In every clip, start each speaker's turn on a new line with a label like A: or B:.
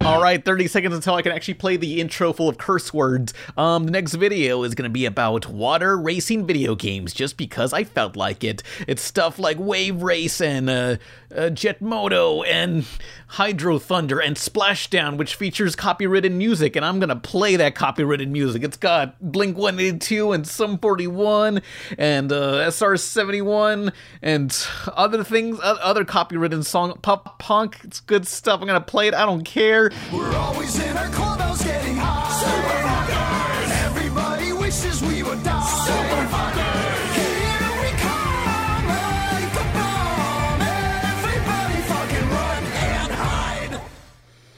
A: right, 30 seconds until I can actually play the intro full of curse words. Um, the next video is going to be about water racing video games just because I felt like it. It's stuff like Wave Race and uh, uh, Jet Moto and Hydro Thunder and Splashdown, which features copyrighted music, and I'm going to play that copyrighted music. It's got Blink 182 and Sum 41 and uh, SR 71 and other things, o- other copyrighted song, pop punk. It's good stuff. I'm going to play it. I don't care.
B: We're always in our clubhouse getting high. Super fuckers! Everybody wishes we would die. Super fuckers! Here we come like a bomb. Everybody fucking run and hide.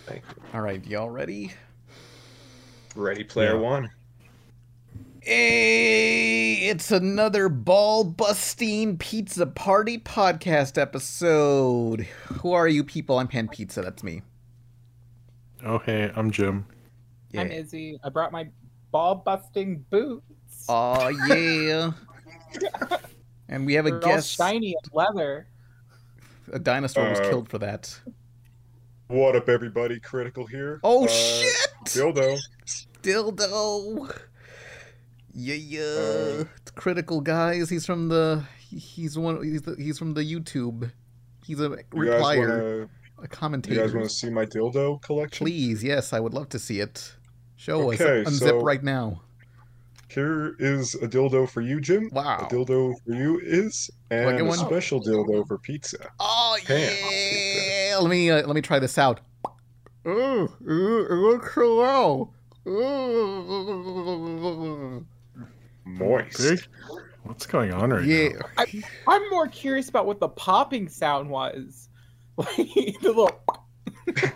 C: Thank you.
A: All right, y'all ready?
C: Ready Player One.
A: Hey, it's another ball busting pizza party podcast episode. Who are you people? I'm Pan Pizza. That's me.
D: Oh hey, I'm Jim.
E: I'm Izzy. I brought my ball busting boots.
A: Oh yeah. and we have a
E: They're all
A: guest.
E: shiny and leather.
A: A dinosaur was
C: Uh,
A: killed for that.
C: What up, everybody? Critical here.
A: Oh
C: Uh,
A: shit!
C: Dildo.
A: Dildo. Yeah, yeah.
C: uh,
A: It's critical, guys. He's from the. He's one. He's, the, he's from the YouTube. He's a
C: You guys,
A: replier,
C: wanna,
A: a
C: you
A: commentator.
C: guys wanna see my dildo collection?
A: Please, yes, I would love to see it. Show
C: Okay,
A: us. Unzip
C: so-
A: right now.
C: Here is a dildo for you, Jim.
A: Wow.
C: A dildo for you is, and
A: Look at
C: a
A: one.
C: special dildo for pizza.
A: Oh
C: Damn.
A: yeah! Let me uh, let me try this out. Ooh, ooh, it looks so well. Ooh.
C: Moist.
D: Big- What's going on right
A: Yeah.
D: now?
E: I'm more curious about what the popping sound was. Like the little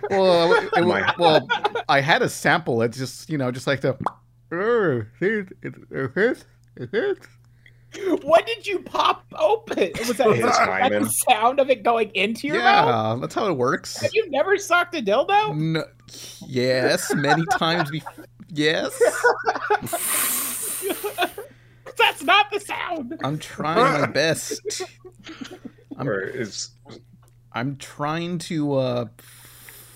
A: Well, it, it,
C: My-
A: well, I had a sample. It's just you know, just like the. Ooh, see, it, it hits. It hits.
E: What did you pop open? Was that,
C: It's
E: was that
C: Hyman.
E: the sound of it going into your mouth?
A: Yeah, Mm. that's how it works.
E: Have you never sucked a dildo?
A: No, yes, many times before. Yes,
E: That's not the sound.
A: I'm trying my best. I'm-
C: Or is
A: I'm trying to uh,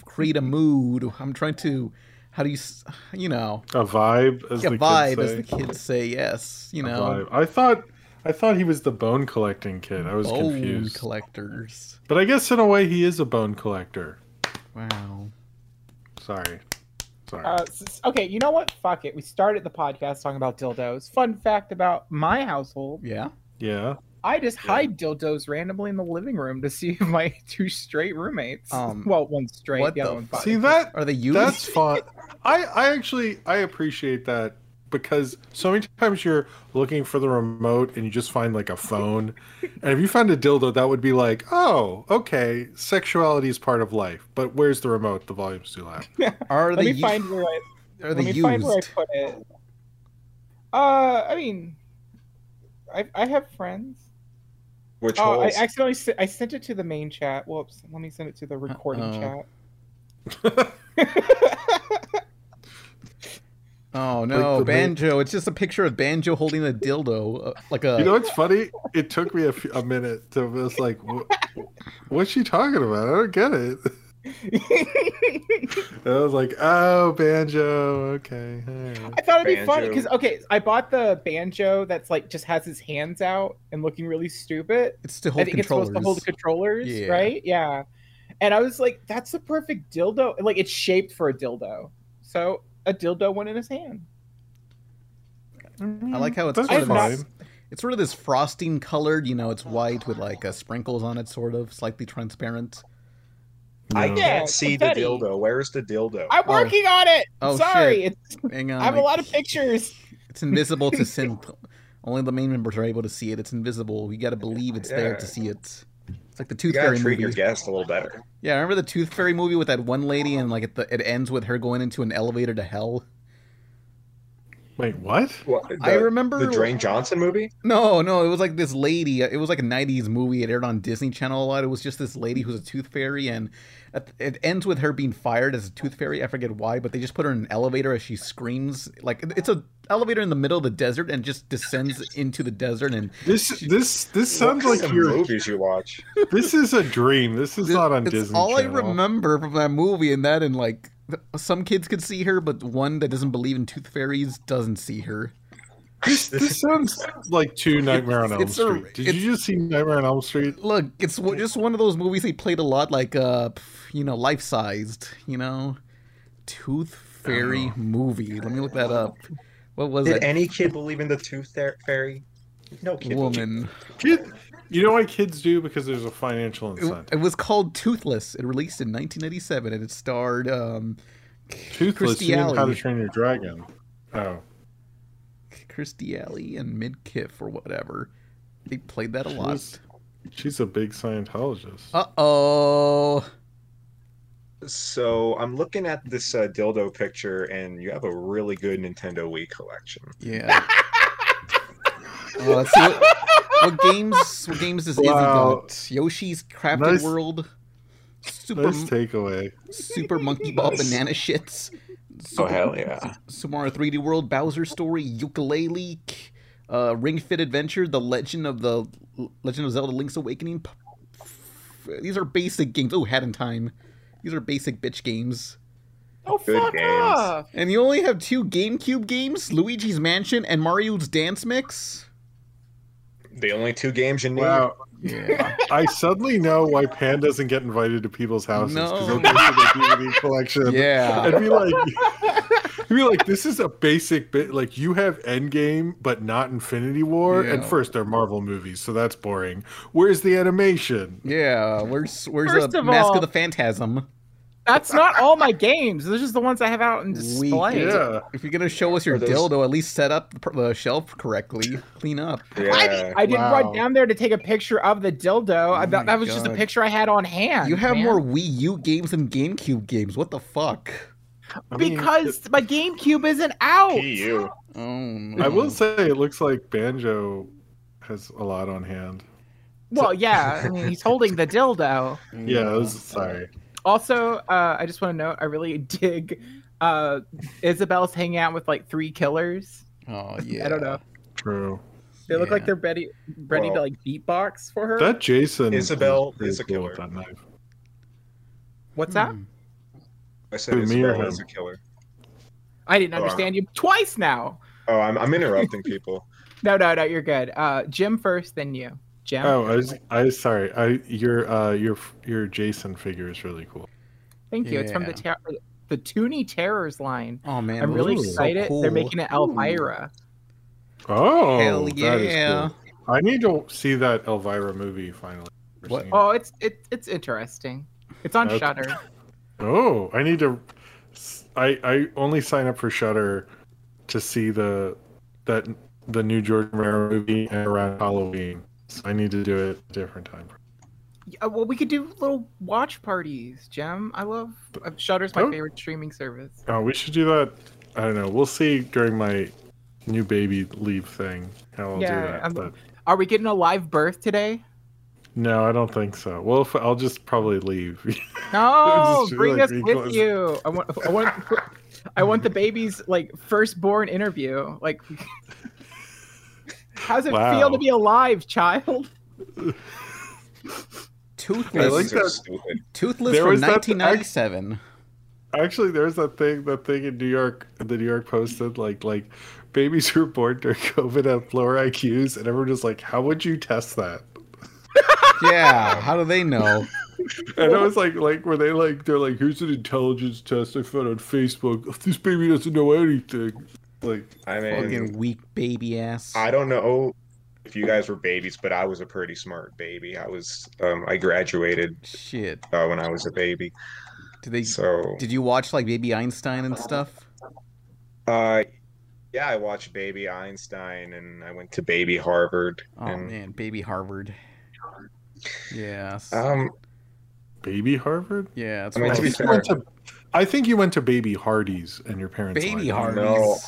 A: create a mood. I'm trying to, how do you, s- you know,
D: A vibe, as
A: a
D: the
A: vibe,
D: kids
A: as
D: say.
A: the kids say. Yes, you
D: A
A: know,
D: vibe. I thought, I thought he was the bone collecting kid. I was
A: bone
D: confused.
A: collectors.
D: but I guess in a way, he is a bone collector.
A: Wow.
D: Sorry, sorry.
E: Uh, s- s- okay, you know what? Fuck it. We started the podcast talking about dildos. Fun fact about my household:
A: Yeah.
D: yeah.
E: I just hide dildos randomly in the living room to see my two straight roommates.
A: Um,
E: well, one straight,
A: what
E: the other
A: the
E: one. bi.
D: See that?
A: Are they used?
D: That's fun. I, I actually, I appreciate that because so many times you're looking for the remote and you just find like a phone, and if you find a dildo, that would be like, oh, okay, sexuality is part of life. But where's the remote? The volume's too loud.
A: Are
E: Let
A: they
E: me
A: u-
E: find where I
A: Are
E: Let
A: they
E: me find where I
A: used?
E: put it. Uh, I mean, I I have friends.
C: which
E: Oh, I
C: holes?
E: accidentally se- I sent it to the main chat. Whoops. Let me send it to the recording
A: Uh-oh.
E: chat.
A: Oh no,
D: Like the-
A: banjo! It's just a picture of banjo holding a dildo, uh, like a.
D: You know what's funny? It took me a, few, a minute to was like, wh- what's she talking about? I don't get it. And I was like, oh, banjo. Okay. all right."
E: I thought it'd be funny
C: Banjo.
E: because okay, I bought the banjo that's like just has his hands out and looking really stupid.
A: it's to
E: I
A: hold
E: think it's supposed to hold the
A: controllers.
E: controllers,
A: Yeah.
E: right? Yeah. And I was like, that's the perfect dildo. Like it's shaped for a dildo, so a dildo went in his hand.
C: Mm-hmm.
A: I like how it's
D: That's
A: sort of
D: fine.
A: this, it's sort of this frosting colored. You know, it's white with like uh, sprinkles on it, sort of slightly transparent.
C: I
D: No.
C: can't
E: Yeah,
C: see
E: confetti.
C: the dildo. Where's the dildo?
E: I'm
A: Oh.
E: working on it.
A: Oh,
E: Sorry,
A: shit. Oh,
E: it's
A: Hang on,
E: I have a
A: I-
E: lot of pictures.
A: It's invisible to synth. Only the main members are able to see it. It's invisible. We got to believe it's there
C: Yeah.
A: to see it. It's like the
C: you
A: Tooth
C: gotta
A: Fairy
C: treat your
A: movie.
C: guest a little better.
A: Yeah, remember the Tooth Fairy movie with that one lady and like it, the, it ends with her going into an elevator to hell.
D: Wait, what?
C: What, the,
A: I remember
C: the Dwayne Johnson movie.
A: No, no, it was like this lady. It was like a '90s movie. It aired on Disney Channel a lot. It was just this lady who's a tooth fairy, and at- it ends with her being fired as a tooth fairy. I forget why, but they just put her in an elevator as she screams. Like it's a elevator in the middle of the desert, and just descends into the desert. And
D: This this this sounds
C: What
D: like
C: kind of
D: you're.
C: movies you watch.
D: This is a dream. This is not on
A: It's
D: Disney.
A: all
D: Channel.
A: I remember from that movie, and that and like some kids could see her, but one that doesn't believe in tooth fairies doesn't see her.
D: This, this sounds like two Nightmare on Elm
A: it's a-
D: Street. Did
A: it's-
D: you just see Nightmare on Elm Street?
A: Look, it's w- just one of those movies they played a lot, like uh, pff, you know, life sized. You know, tooth fairy
D: Oh,
A: movie. Let me look that up. What was
C: Did
A: it?
C: any kid believe in the tooth ther- fairy? No kid. believed.
A: Woman.
D: Kid, you know why kids do because there's a financial
A: It,
D: incentive.
A: it was called Toothless. It released in 1997, and it starred um,
D: Toothless, you mean How to
A: Alley.
D: Train Your Dragon? Oh,
A: Kirstie Alley and Mid Kiff or whatever. They played that a lot.
D: she's, she's a big Scientologist.
A: Uh oh.
C: So I'm looking at this uh, dildo picture, and you have a really good Nintendo Wii collection.
A: Yeah. Oh, let's see what, what games. What games does
D: Wow.
A: Izzy got? Yoshi's Crafted
D: Nice-
A: World. Super
D: nice takeaway.
A: Super Monkey Ball
C: Nice.
A: Banana Shits.
C: Oh,
A: Super,
C: yeah!
A: Super Mario 3D World, Bowser Story, Ukulele, K- uh, Ring Fit Adventure, The Legend of the Legend of Zelda: Link's Awakening. P- f- These are basic games. Oh, had in time. These are basic bitch games.
E: Oh,
C: Good
E: fuck
C: games.
E: off.
A: And you only have two GameCube games: Luigi's Mansion and Mario's Dance Mix.
C: The only two games you need.
D: Wow,
A: Yeah.
D: I suddenly know why Pan doesn't get invited to people's houses because
A: No.
D: he'll go to the DVD collection.
A: Yeah.
D: and be like, be like, this is a basic bit. Like you have Endgame, but not Infinity War. And
A: Yeah.
D: first, they're Marvel movies, so that's boring. Where's the animation?
A: Yeah. Where's where's
E: First
A: the
E: of
A: Mask
E: all-
A: of the Phantasm?
E: That's not all my games. Those are just the ones I have out in display.
D: Yeah,
A: If you're gonna show us your
C: Are those-
A: dildo, at least set up the pr- the shelf correctly. Clean up.
C: Yeah.
E: I didn't
D: Wow.
E: run down there to take a picture of the dildo. I,
A: Oh my
E: that, that was just a
A: God.
E: picture I had on hand.
A: You have
E: man.
A: more Wii U games than GameCube games. What the fuck?
D: I mean,
E: because my GameCube isn't out.
C: PU.
A: Oh no.
D: I will say it looks like Banjo has a lot on hand.
E: Well, yeah, I mean, he's holding the dildo.
D: Yeah, I was sorry.
E: Also, uh, I just want to note, I really dig uh, Isabel's hanging out with like three killers.
A: Oh yeah.
E: I don't know.
D: True.
E: They look like
A: Yeah.
E: they're ready, ready to
C: Well-
E: like beatbox for her.
D: That Jason
C: Isabel
D: pretty
C: is a
D: cool with
C: killer.
D: that knife.
E: What's
A: hmm.
E: that?
C: I said
D: Who, me or
C: Isabella
D: him?
C: is a killer.
E: I didn't
C: Oh, I-
E: understand you twice now.
C: Oh, I'm, I'm interrupting people.
E: No, no, no, you're good. Uh, Jim first, then you. Jim.
D: Oh, I was, I was sorry. I your uh your your Jason figure is really cool.
E: Thank you. It's from the ter- the Toonie Terrors line.
A: Oh man.
E: I'm really
A: those are so
E: excited.
A: Oh, cool.
E: They're making it Elvira.
D: Oh,
A: Hell
D: that is
A: yeah.
D: cool. I need to see that Elvira movie finally.
A: What?
E: Oh, it's it, it's interesting. It's on
D: Okay.
E: Shutter.
D: Oh, I need to. I I only sign up for Shutter to see the that the new George Romero movie around Halloween. So I need to do it a different time.
E: Uh, Well, we could do little watch parties, Jim. I love uh, Shutter's my
D: Oh.
E: favorite streaming service.
D: Oh, we should do that. I don't know. We'll see during my new baby leave thing how I'll
E: Yeah,
D: do that.
E: I'm-
D: But
E: Are we getting a live birth today?
D: no, I don't think so. Well, if, I'll just probably leave.
E: No,
D: Just
E: bring
D: like
E: us with
D: ridiculous.
E: you. I want I want I want the baby's like firstborn interview. Like, how's it
D: Wow.
E: feel to be alive, child?
A: Toothless.
D: I like
C: These are
D: that-
C: stupid.
A: Toothless
D: There
A: from
D: was that-
A: 1997.
D: Actually, there's that thing that thing in New York. The New York posted like like babies who were born during COVID have lower IQs, and everyone was like, "How would you test that?"
A: yeah. How do they know?
D: And I was like, like, were they like, they're like, here's an intelligence test I found on Facebook. This baby doesn't know anything. Like,
C: I mean,
A: Fucking weak baby ass.
C: I don't know if you guys were babies, but I was a pretty smart baby. I was. Um, I graduated
A: Shit.
C: uh, when I was a baby.
A: Did they?
C: So,
A: Did you watch like Baby Einstein and stuff?
C: uh, yeah, I watched Baby Einstein, and I went to Baby Harvard.
A: Oh
C: and,
A: man, Baby Harvard. Yes.
C: Um,
D: baby Harvard?
A: yeah. That's
C: I mean,
A: what
C: to
A: I
C: be
A: was-
D: You went to- I think you went to Baby Hardy's and your parents.
A: Baby
D: lied.
A: Harvard.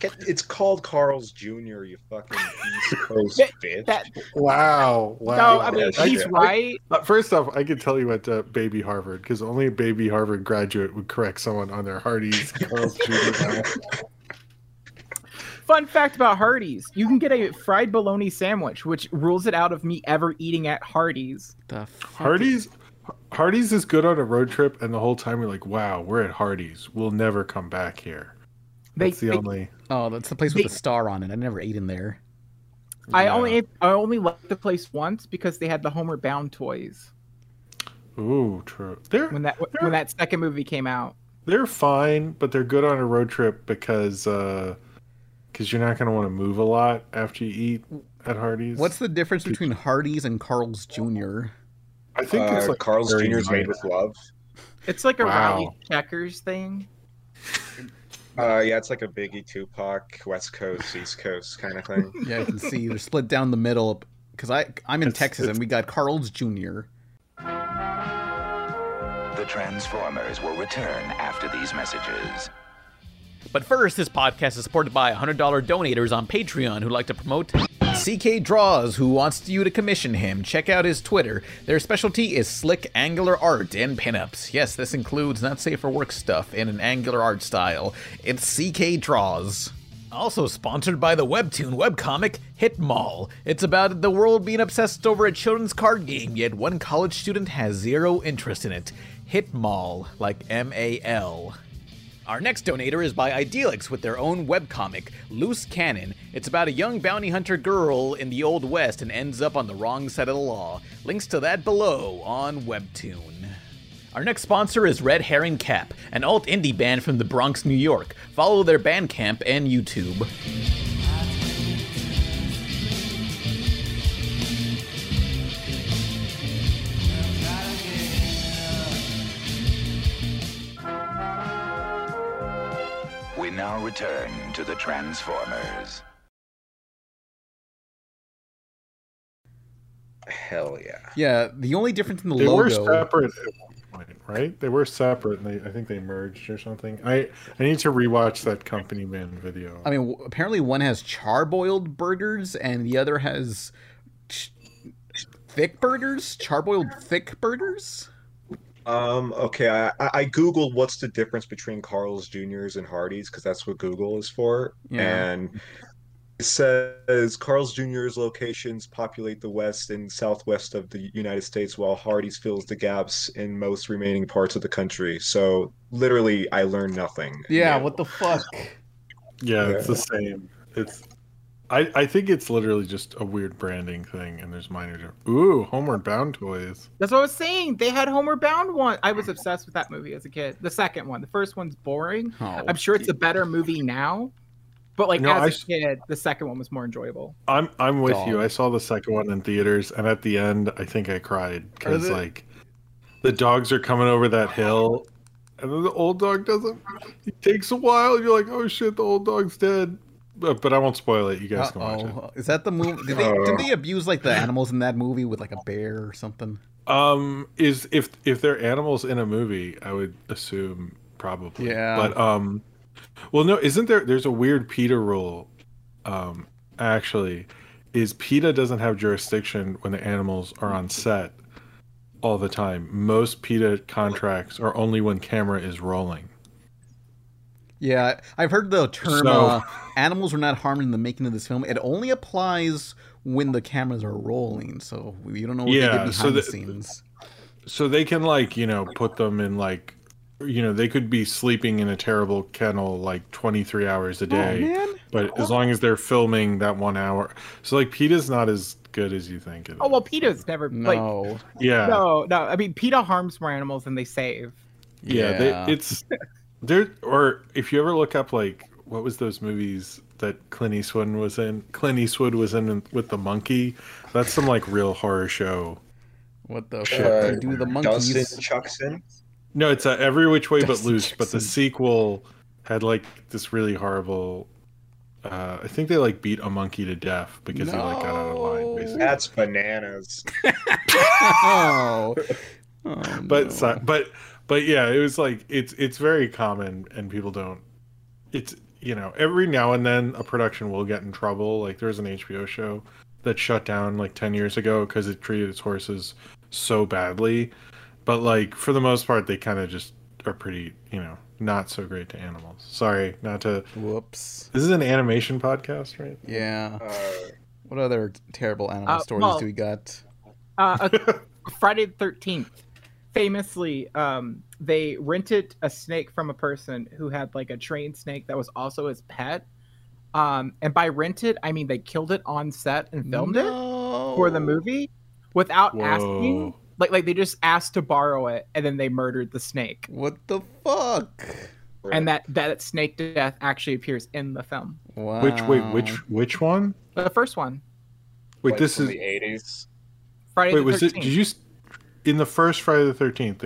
C: Get, it's called Carl's Jr. You fucking East Coast
E: That-
C: bitch.
E: that-
D: Wow. Wow.
E: No, I mean
C: Yeah,
E: he's
C: shit.
E: right.
D: Uh, First off, I could tell you went to Baby Harvard because only a Baby Harvard graduate would correct someone on their Hardy's. Carl's Jr. diet.
E: Fun fact about Hardee's: you can get a fried bologna sandwich, which rules it out of me ever eating at Hardee's.
A: The fuck is-
D: Hardy's Hardee's is good on a road trip, and the whole time you're like, "Wow, we're at Hardee's. We'll never come back here."
E: They-
D: That's the
E: they-
D: only.
A: Oh, that's the place with
E: They-
A: the star on it. I never ate in there.
E: I
D: Yeah.
E: only ate- I only liked the place once because they had the Homer Bound toys
D: Ooh, true. They're
E: when that when that second movie came out.
D: they're fine, but they're good on a road trip because because you're not going to want to move a lot after you eat at Hardee's.
A: What's the difference between Hardee's and Carl's Jr.?
D: I think it's
C: Uh,
D: like
C: Carl's
D: very
C: Jr. is made
D: minor.
C: with love.
E: It's like a
D: Wow.
E: Raleigh Checkers thing.
C: Uh, yeah, it's like a Biggie, Tupac, West Coast, East Coast kind of thing.
A: Yeah, I can see they're split down the middle. Because I I'm in
D: It's-
A: Texas and we got Carl's Jr.
B: The Transformers will return after these messages.
A: But first, this podcast is supported by $100 donators on Patreon who like to promote CK Draws, who wants you to commission him. Check out his Twitter. Their specialty is slick angular art and pinups. Yes, this includes not safe for work stuff in an angular art style. It's CK Draws. Also sponsored by the webtoon webcomic Hit Mall. It's about the world being obsessed over a children's card game, yet one college student has zero interest in it. Hit Mall, like M A L. Our next donator is by Idealix with their own webcomic, Loose Cannon. It's about a young bounty hunter girl in the Old West and ends up on the wrong side of the law. Links to that below on Webtoon. Our next sponsor is Red Herring Cap, an alt indie band from the Bronx, New York. Follow their Bandcamp and YouTube.
B: We now return to the Transformers.
C: Hell yeah.
A: Yeah, the only difference in the
D: They
A: logo.
D: were separate at one point, right? They were separate, and they I think they merged or something. I I need to rewatch that Company Man video.
A: I mean, w- apparently one has charboiled burgers and the other has ch- thick burgers. Charboiled thick burgers.
C: Um, okay, I, I I Googled what's the difference between Carl's Jr.'s and Hardee's because that's what Google is for.
A: Yeah.
C: And it says Carl's Jr.'s locations populate the west and southwest of the United States, while Hardee's fills the gaps in most remaining parts of the country. So literally, I learned nothing.
A: Yeah, what the fuck?
D: yeah, it's the same. It's I I think it's literally just a weird branding thing, and there's minor. differ- Ooh, Homeward Bound toys.
E: That's what I was saying. They had Homer Bound one. I was obsessed with that movie as a kid. The second one. The first one's boring.
A: Oh,
E: I'm sure it's a better movie now, but like
D: No,
E: as a
D: I s-
E: kid, the second one was more enjoyable.
D: I'm I'm with
A: Dog.
D: you. I saw the second one in theaters, and at the end, I think I cried because
A: they-
D: like the dogs are coming over that hill, and then the old dog doesn't. It takes a while. and You're like, oh shit, the old dog's dead. But, but I won't spoil it. You guys can watch it.
A: Uh-oh. Is that the movie? Did they, did they abuse like the animals in that movie with like a bear or something?
D: Um, is if if they're animals in a movie, I would assume probably.
A: Yeah.
D: But um, well, no, isn't there? There's a weird PETA rule. Um, actually, is PETA doesn't have jurisdiction when the animals are on set all the time. Most PETA contracts are only when camera is rolling.
A: Yeah, I've heard the term
D: So-
A: uh, "animals were not harmed in the making of this film." It only applies when the cameras are rolling, so you don't know what they
D: Yeah,
A: did behind
D: so
A: the,
D: the-
A: scenes.
D: So they can like you know put them in like. You know, they could be sleeping in a terrible kennel like 23 hours a day. But
E: Oh,
D: as long as they're filming that one hour, so like PETA's not as good as you think it is.
E: Oh well, PETA's never like
A: No,
D: yeah,
E: no, no. I mean, PETA harms more animals than they save.
D: yeah, they-
A: Yeah.
D: it's there. Or if you ever look up like what was those movies that Clint Eastwood was in? Clint Eastwood was in with the monkey. That's some like real horror show.
A: what the
C: Sure.
A: fuck? They do the monkeys?
C: Uh, Dustin Chuckson.
D: No, it's uh every which way but
A: Dustin
D: loose. But the
A: Jackson.
D: sequel had like this really horrible. Uh, I think they like beat a monkey to death because he like got out of line.
A: No.
D: Basically.
C: That's bananas.
A: oh, Oh,
D: but
A: no.
D: so- but but yeah it was like it's it's very common and people don't it's you know every now and then a production will get in trouble like there's an hbo show that shut down like 10 years ago because it treated its horses so badly but like for the most part they kind of just are pretty you know not so great to animals sorry not to
A: whoops.
D: this is an animation podcast right
A: Yeah.
C: Uh,
A: What other terrible animal
E: Uh,
A: stories
E: well-
A: do we got?
E: Uh, a- Friday the Thirteenth. famously um, they rented a snake from a person who had like a trained snake that was also his pet. Um, and by rented, I mean they killed it on set and filmed it
A: no.
E: for the movie without asking.
D: Whoa.
E: Like, like they just asked to borrow it, and then they murdered the snake.
A: What the fuck?
E: And that that snake death actually appears in the film,
A: Wow.
D: Which wait, which which one?
E: the first one,
D: Wait,
F: like,
D: this
F: from
D: is
F: the 80s.
E: Friday
D: wait.
E: the
D: Was it?
E: Thirteenth.
D: Did you s- in the first Friday the Thirteenth?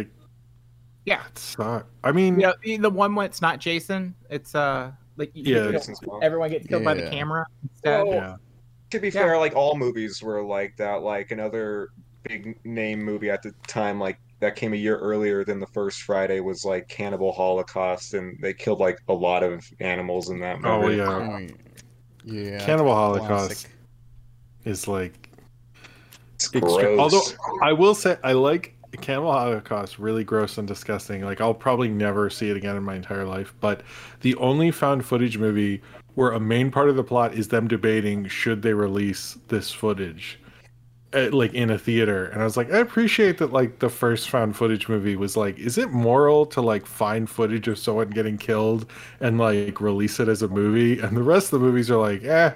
E: Yeah.
D: Suck. I mean,
E: Yeah, the- the one where it's not Jason. It's uh like you-
D: Yeah.
E: you-
F: Jason's mom.
E: everyone gets killed by the
A: Yeah.
E: camera instead.
C: Well,
D: Yeah.
C: To be
E: Yeah.
C: fair, like all movies were like that. Like another big name movie at the time, like that came a year earlier than the first Friday was like Cannibal Holocaust, and they killed like a lot of animals in that
D: Oh
C: movie.
D: yeah.
A: Oh, yeah.
D: Cannibal Holocaust
A: classic.
D: is like
C: It's
D: Extra-
C: gross.
D: although I will say I like Cannibal Holocaust really gross and disgusting. Like I'll probably never see it again in my entire life. But the only found footage movie where a main part of the plot is them debating should they release this footage, uh, like in a theater. And I was like, I appreciate that. Like the first found footage movie was like, is it moral to like find footage of someone getting killed and like release it as a movie? And the rest of the movies are like, eh.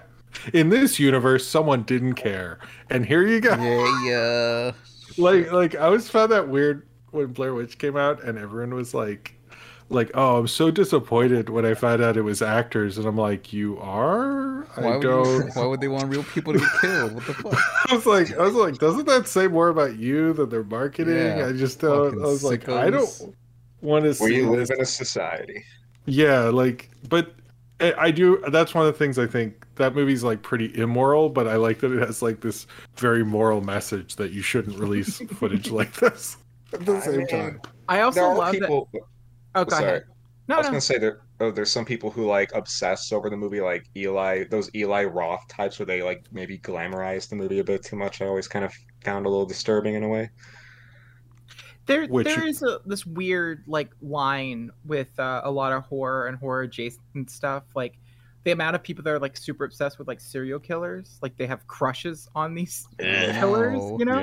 D: In this universe, someone didn't care, and here you go
A: Yeah, yeah.
D: like like I always found that weird when Blair Witch came out and everyone was like like oh I'm so disappointed when I found out it was actors and I'm like you are
A: Why would,
D: I
A: you,
D: don't
A: why would they want real people to get killed? What the fuck?
D: I was like I was like doesn't that say more about you than their marketing
A: Yeah,
D: I just don't
A: fucking
D: I was like I
A: sickos.
D: don't want to see
C: we
D: this
C: live in a society.
D: yeah, like, but I I do. That's one of the things I think that movie's like pretty immoral, but I like that it has like this very moral message that you shouldn't release footage like this at the
C: I
D: same
C: mean,
D: time.
E: I also
C: There are
E: love
C: people.
E: that. Oh, go
C: sorry.
E: ahead. No,
C: I was
E: no.
C: gonna say there. Oh, there's some people who like obsess over the movie, like Eli. Those Eli Roth types, where they like maybe glamorize the movie a bit too much. I always kind of found a little disturbing in a way.
E: There,
D: Which-
E: there is a, this weird like line with uh, a lot of horror and horror adjacent stuff. Like the amount of people that are like super obsessed with like serial killers, like they have crushes on these killers.
A: No.
E: You know,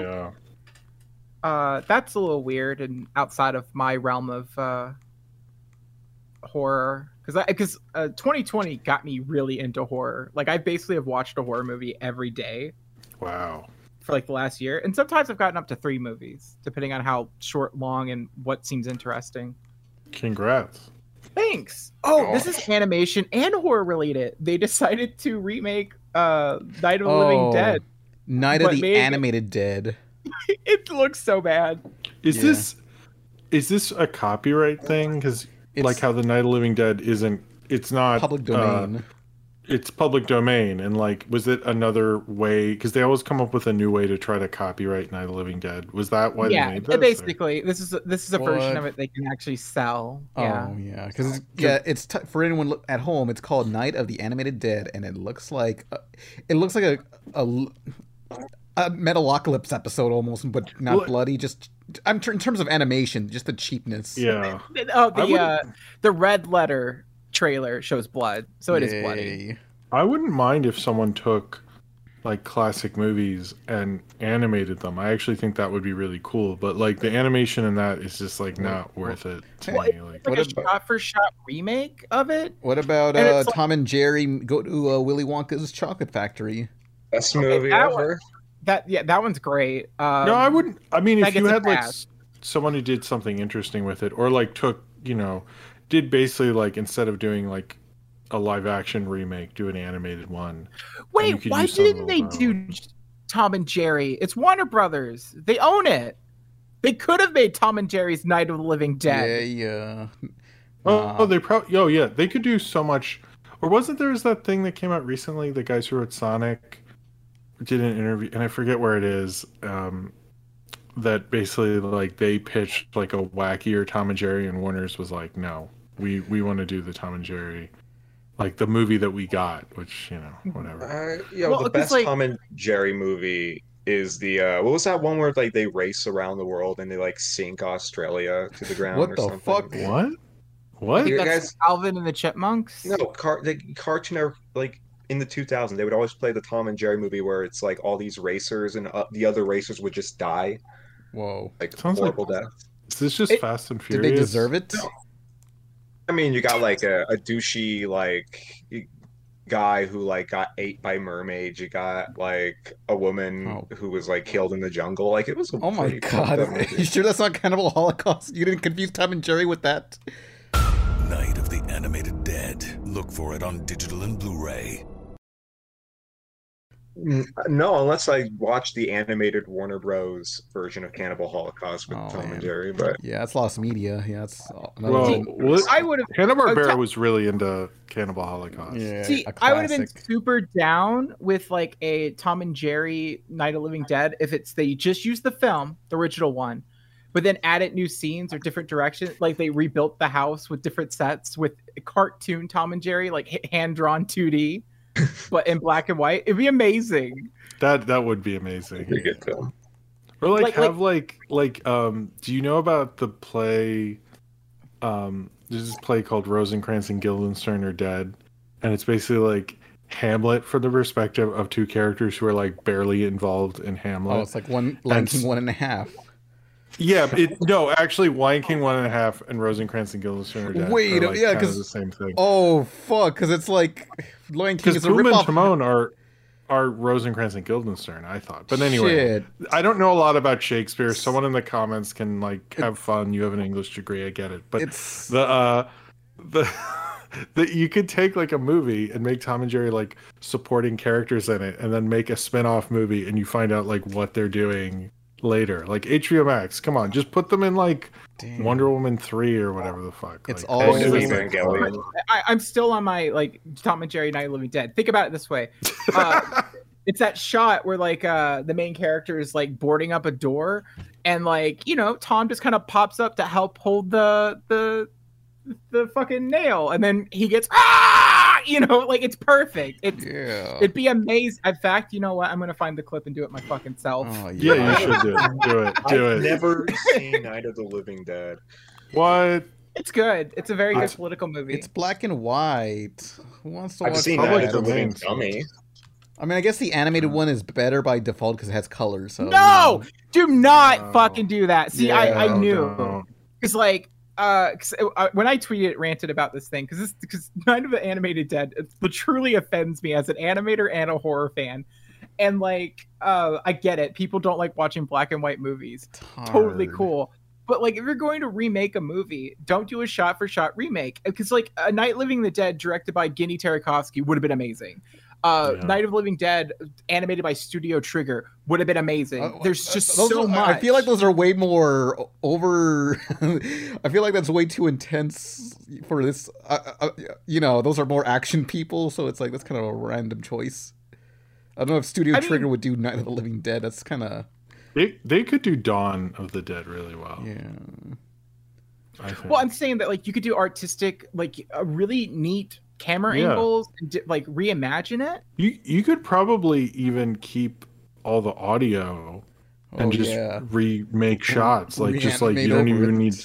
D: Yeah,
E: uh, that's a little weird and outside of my realm of uh, horror. Because because uh, 2020 got me really into horror. Like I basically have watched a horror movie every day
D: wow.
E: for like the last year, and sometimes I've gotten up to three movies, depending on how short, long, and what seems interesting.
D: Congrats.
E: Thanks. Oh, this is animation and horror related. They decided to remake uh Night of the Living
A: Oh.
E: Dead.
A: Night of
E: But
A: the
E: maybe-
A: Animated Dead.
E: It looks so bad.
D: Is
A: Yeah.
D: this is this a copyright thing? Because
A: It's
D: like how the Night of the Living Dead isn't. It's not
A: public
D: uh,
A: domain.
D: it's public domain and like was it another way because they always come up with a new way to try to copyright night of the living dead was that why
E: yeah,
D: they made this or-
E: basically, this is a, this is a version
A: What?
E: of it they can actually sell. Yeah.
A: Oh yeah, because yeah, it's t- for anyone lo- at home. It's called Night of the Animated Dead, and it looks like a, it looks like a a, l- a Metalocalypse episode almost, but not
D: Well-
A: bloody. Just I'm in terms of animation, just the cheapness.
D: yeah
E: Oh,
D: I
E: the
D: wouldn't-
E: uh, the red letter trailer shows blood, so it is bloody.
A: Yay.
D: i wouldn't mind if someone took like classic movies and animated them i actually think that would be really cool but like the animation in that is just like not worth it to
A: Well,
D: me like
E: It's like
A: What
E: a
A: about-
E: shot for shot remake of it.
A: What about
E: And
A: uh,
E: it's like-
A: Tom and Jerry go to uh, Willy Wonka's Chocolate Factory?
C: Best
E: Okay,
C: movie
E: that
C: ever.
E: one- That yeah, that one's great. Um,
D: no i wouldn't i mean
E: that
D: if you
E: gets a
D: had like
E: pass.
D: s- someone who did something interesting with it or like took you know did basically like instead of doing like a live action remake do an animated one you
E: Wait,
D: could
E: why
D: use some of
E: didn't
D: the
E: they do
D: violence.
E: Tom and Jerry? It's Warner Brothers. They own it. They could have made Tom and Jerry's Night of the Living
A: Yeah,
E: Dead.
A: yeah.
D: Oh,
A: uh, Nah.
D: oh, they probably. Oh, yeah, they could do so much. Or wasn't there was that thing that came out recently? The guys who wrote Sonic did an interview, and I forget where it is. Um, that basically like they pitched like a wackier Tom and Jerry, and Warner's was like, no, we we want to do the Tom and Jerry, like the movie that we got, which you know, whatever.
C: Uh, yeah,
E: Well,
C: the
E: 'cause,
C: best
E: like-
C: Tom and Jerry movie is the uh, what was that one where like they race around the world and they like sink Australia to the ground?
A: What
C: or
A: the
C: something.
A: fuck?
D: What?
E: I
D: What?
E: think
C: You
E: that's
C: guys-
E: Alvin and the Chipmunks.
C: No, car the cartoon network like in the 2000s they would always play the Tom and Jerry movie where it's like all these racers and uh, the other racers would just die
A: Whoa.
C: like
D: Sounds like-
C: horrible death.
D: Is this just
A: It-
D: Fast and Furious?
A: Did they deserve it?
C: I mean, you got like a, a douchey like guy who like got ate by mermaids. You got like a woman
A: Oh.
C: who was like killed in the jungle. Like it was. A
A: Oh my
C: pretty
A: god.
C: fucked up movie.
A: you sure that's not Cannibal Holocaust? You didn't confuse Tom and Jerry with that?
F: Night of the Animated Dead. Look for it on digital and Blu ray.
C: N- No, unless I watched the animated Warner Bros. version of Cannibal Holocaust with
A: Oh,
C: Tom
A: man.
C: and Jerry, but
A: Yeah, that's lost media. Yeah, that's another
D: Well, what-
E: I would have.
D: Hanna Barbera
E: Okay.
D: was really into Cannibal Holocaust.
A: Oh, yeah,
E: See,
A: a
E: I would have been
A: classic.
E: super down with like a Tom and Jerry Night of Living Dead if it's they just use the film, the original one, but then added new scenes or different directions. Like they rebuilt the house with different sets with cartoon Tom and Jerry, like hand drawn 2D, but in black and white. It'd be amazing.
D: That that would be amazing.
C: pretty good film.
D: Or like,
E: Like- like-
D: have like like um do you know about the play um there's this play called Rosencrantz and Guildenstern are dead and it's basically like Hamlet from the perspective of two characters who are like barely involved in
A: Oh,
D: Hamlet.
A: it's like one Lion
D: And-
A: King one and a half.
D: yeah, it no, actually Lion King one and a half and Rosencrantz and Guildenstern are dead.
A: Wait,
D: are, like,
A: yeah,
D: kind of
A: 'cause-
D: the same thing.
A: Oh fuck, because it's like Lion King
D: Because
A: is a
D: Pumbaa and
A: ripoff.
D: Timon are are Rosencrantz and Guildenstern, I thought. But anyway,
A: Shit.
D: I don't know a lot about Shakespeare. Someone in the comments can like have fun. You have an English degree, I get it. But
A: It's
D: the uh the that you could take like a movie and make Tom and Jerry like supporting characters in it and then make a spin-off movie and you find out like what they're doing later. Like Atrium X, come on, just put them in like
A: damn.
D: Wonder Woman 3 or whatever the fuck.
A: Hmm. It's
D: like,
A: all-
D: that shit
A: It
C: Like
A: was
C: Evangelion.
E: I, I'm still on my like Tom and Jerry Night of the Living Dead. Think about it this way. Uh, it's that shot where like uh the main character is like boarding up a door and like, you know, Tom just kind of pops up to help hold the the the fucking nail and then he gets ah you know, like it's perfect. It's
A: yeah.
E: it'd be amazing. In fact, you know what? I'm gonna find the clip and do it my fucking self.
A: Oh,
D: Yeah, you should do it. Do it. Do
C: I've
D: it.
C: never seen Night of the Living Dead.
D: What?
E: It's good. It's a very good
C: It's-
E: political movie.
A: It's black and white. Who wants to
C: I've
A: watch
C: seen
A: that?
C: Night
D: Public
C: of the Living
D: domain.
C: Dummy.
A: I mean, I guess the animated one is better by default because it has colors. So, you
E: No!
A: know.
E: do not
D: Oh.
E: fucking do that. See, I, I
A: Yeah,
E: knew.
D: No.
E: Because like, uh, 'cause, uh, when I tweeted it, ranted about this thing, because because Night of the Animated Dead it truly offends me as an animator and a horror fan, and like, uh, I get it. People don't like watching black and white movies. Totally
A: Hard.
E: cool. But like, if you're going to remake a movie, don't do a shot for shot remake. Because like, A Night Living the Dead, directed by Ginny Tarakovsky, would have been amazing. Uh,
D: Yeah.
E: Night of the Living Dead, animated by Studio Trigger, would have been amazing.
A: Uh,
E: There's
A: uh,
E: just
A: those
E: so
A: are-
E: much.
A: I feel like those are way more o- over. I feel like that's way too intense for this. Uh, uh, you know, those are more action people, so it's like that's kind of a random choice. I don't know if Studio
E: I mean-
A: Trigger would do Night of the Living Dead. That's kind of
D: They, they could do Dawn of the Dead really well.
E: Oh.
A: yeah.
D: I think.
E: Well, I'm saying that like you could do artistic, like a really neat camera
D: Yeah.
E: angles, and di- like reimagine it.
D: You you could probably even keep all the audio
A: Oh,
D: and just
A: yeah.
D: remake shots. Like just like you
A: Reanimate
D: don't
A: over
D: even
A: it.
D: need.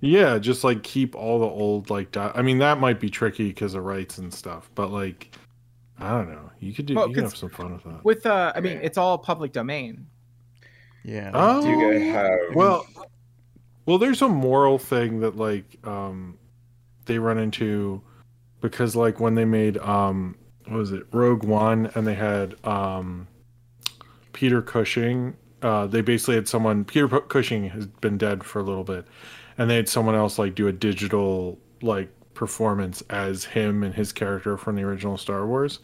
D: Yeah, just like keep all the old like. Di- I mean, that might be tricky because of rights and stuff. But like, I don't know. You could do.
E: Well,
D: you could
E: 'cause
D: have some fun with that.
E: With uh, I mean, it's all public domain.
A: Yeah.
D: oh,
C: Do you guys have?
D: well, well, there's a moral thing that like um, they run into because like when they made um, what was it Rogue One and they had um, Peter Cushing, uh, they basically had someone Peter P- Cushing has been dead for a little bit, and they had someone else like do a digital like performance as him and his character from the original Star Wars,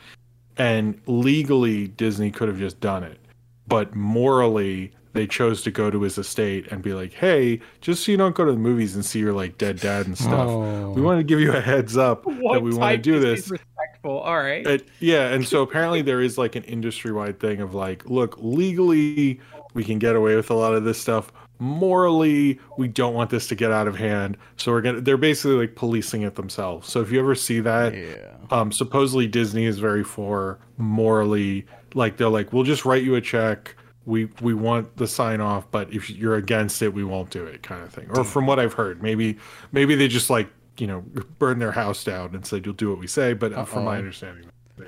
D: and legally Disney could have just done it but morally they chose to go to his estate and be like hey just so you don't go to the movies and see your like dead dad and stuff
A: Oh.
D: we want to give you a heads up that we want to do this
E: Respectful. All right.
D: it, yeah and so apparently there is like an industry-wide thing of like look legally we can get away with a lot of this stuff morally we don't want this to get out of hand so we're gonna they're basically like policing it themselves so if you ever see that
A: yeah.
D: um supposedly disney is very for morally like they're like we'll just write you a check we we want the sign off but if you're against it we won't do it kind of thing or from what i've heard maybe maybe they just like you know burn their house down and said you'll do what we say but uh from my
A: Uh-oh.
D: understanding they,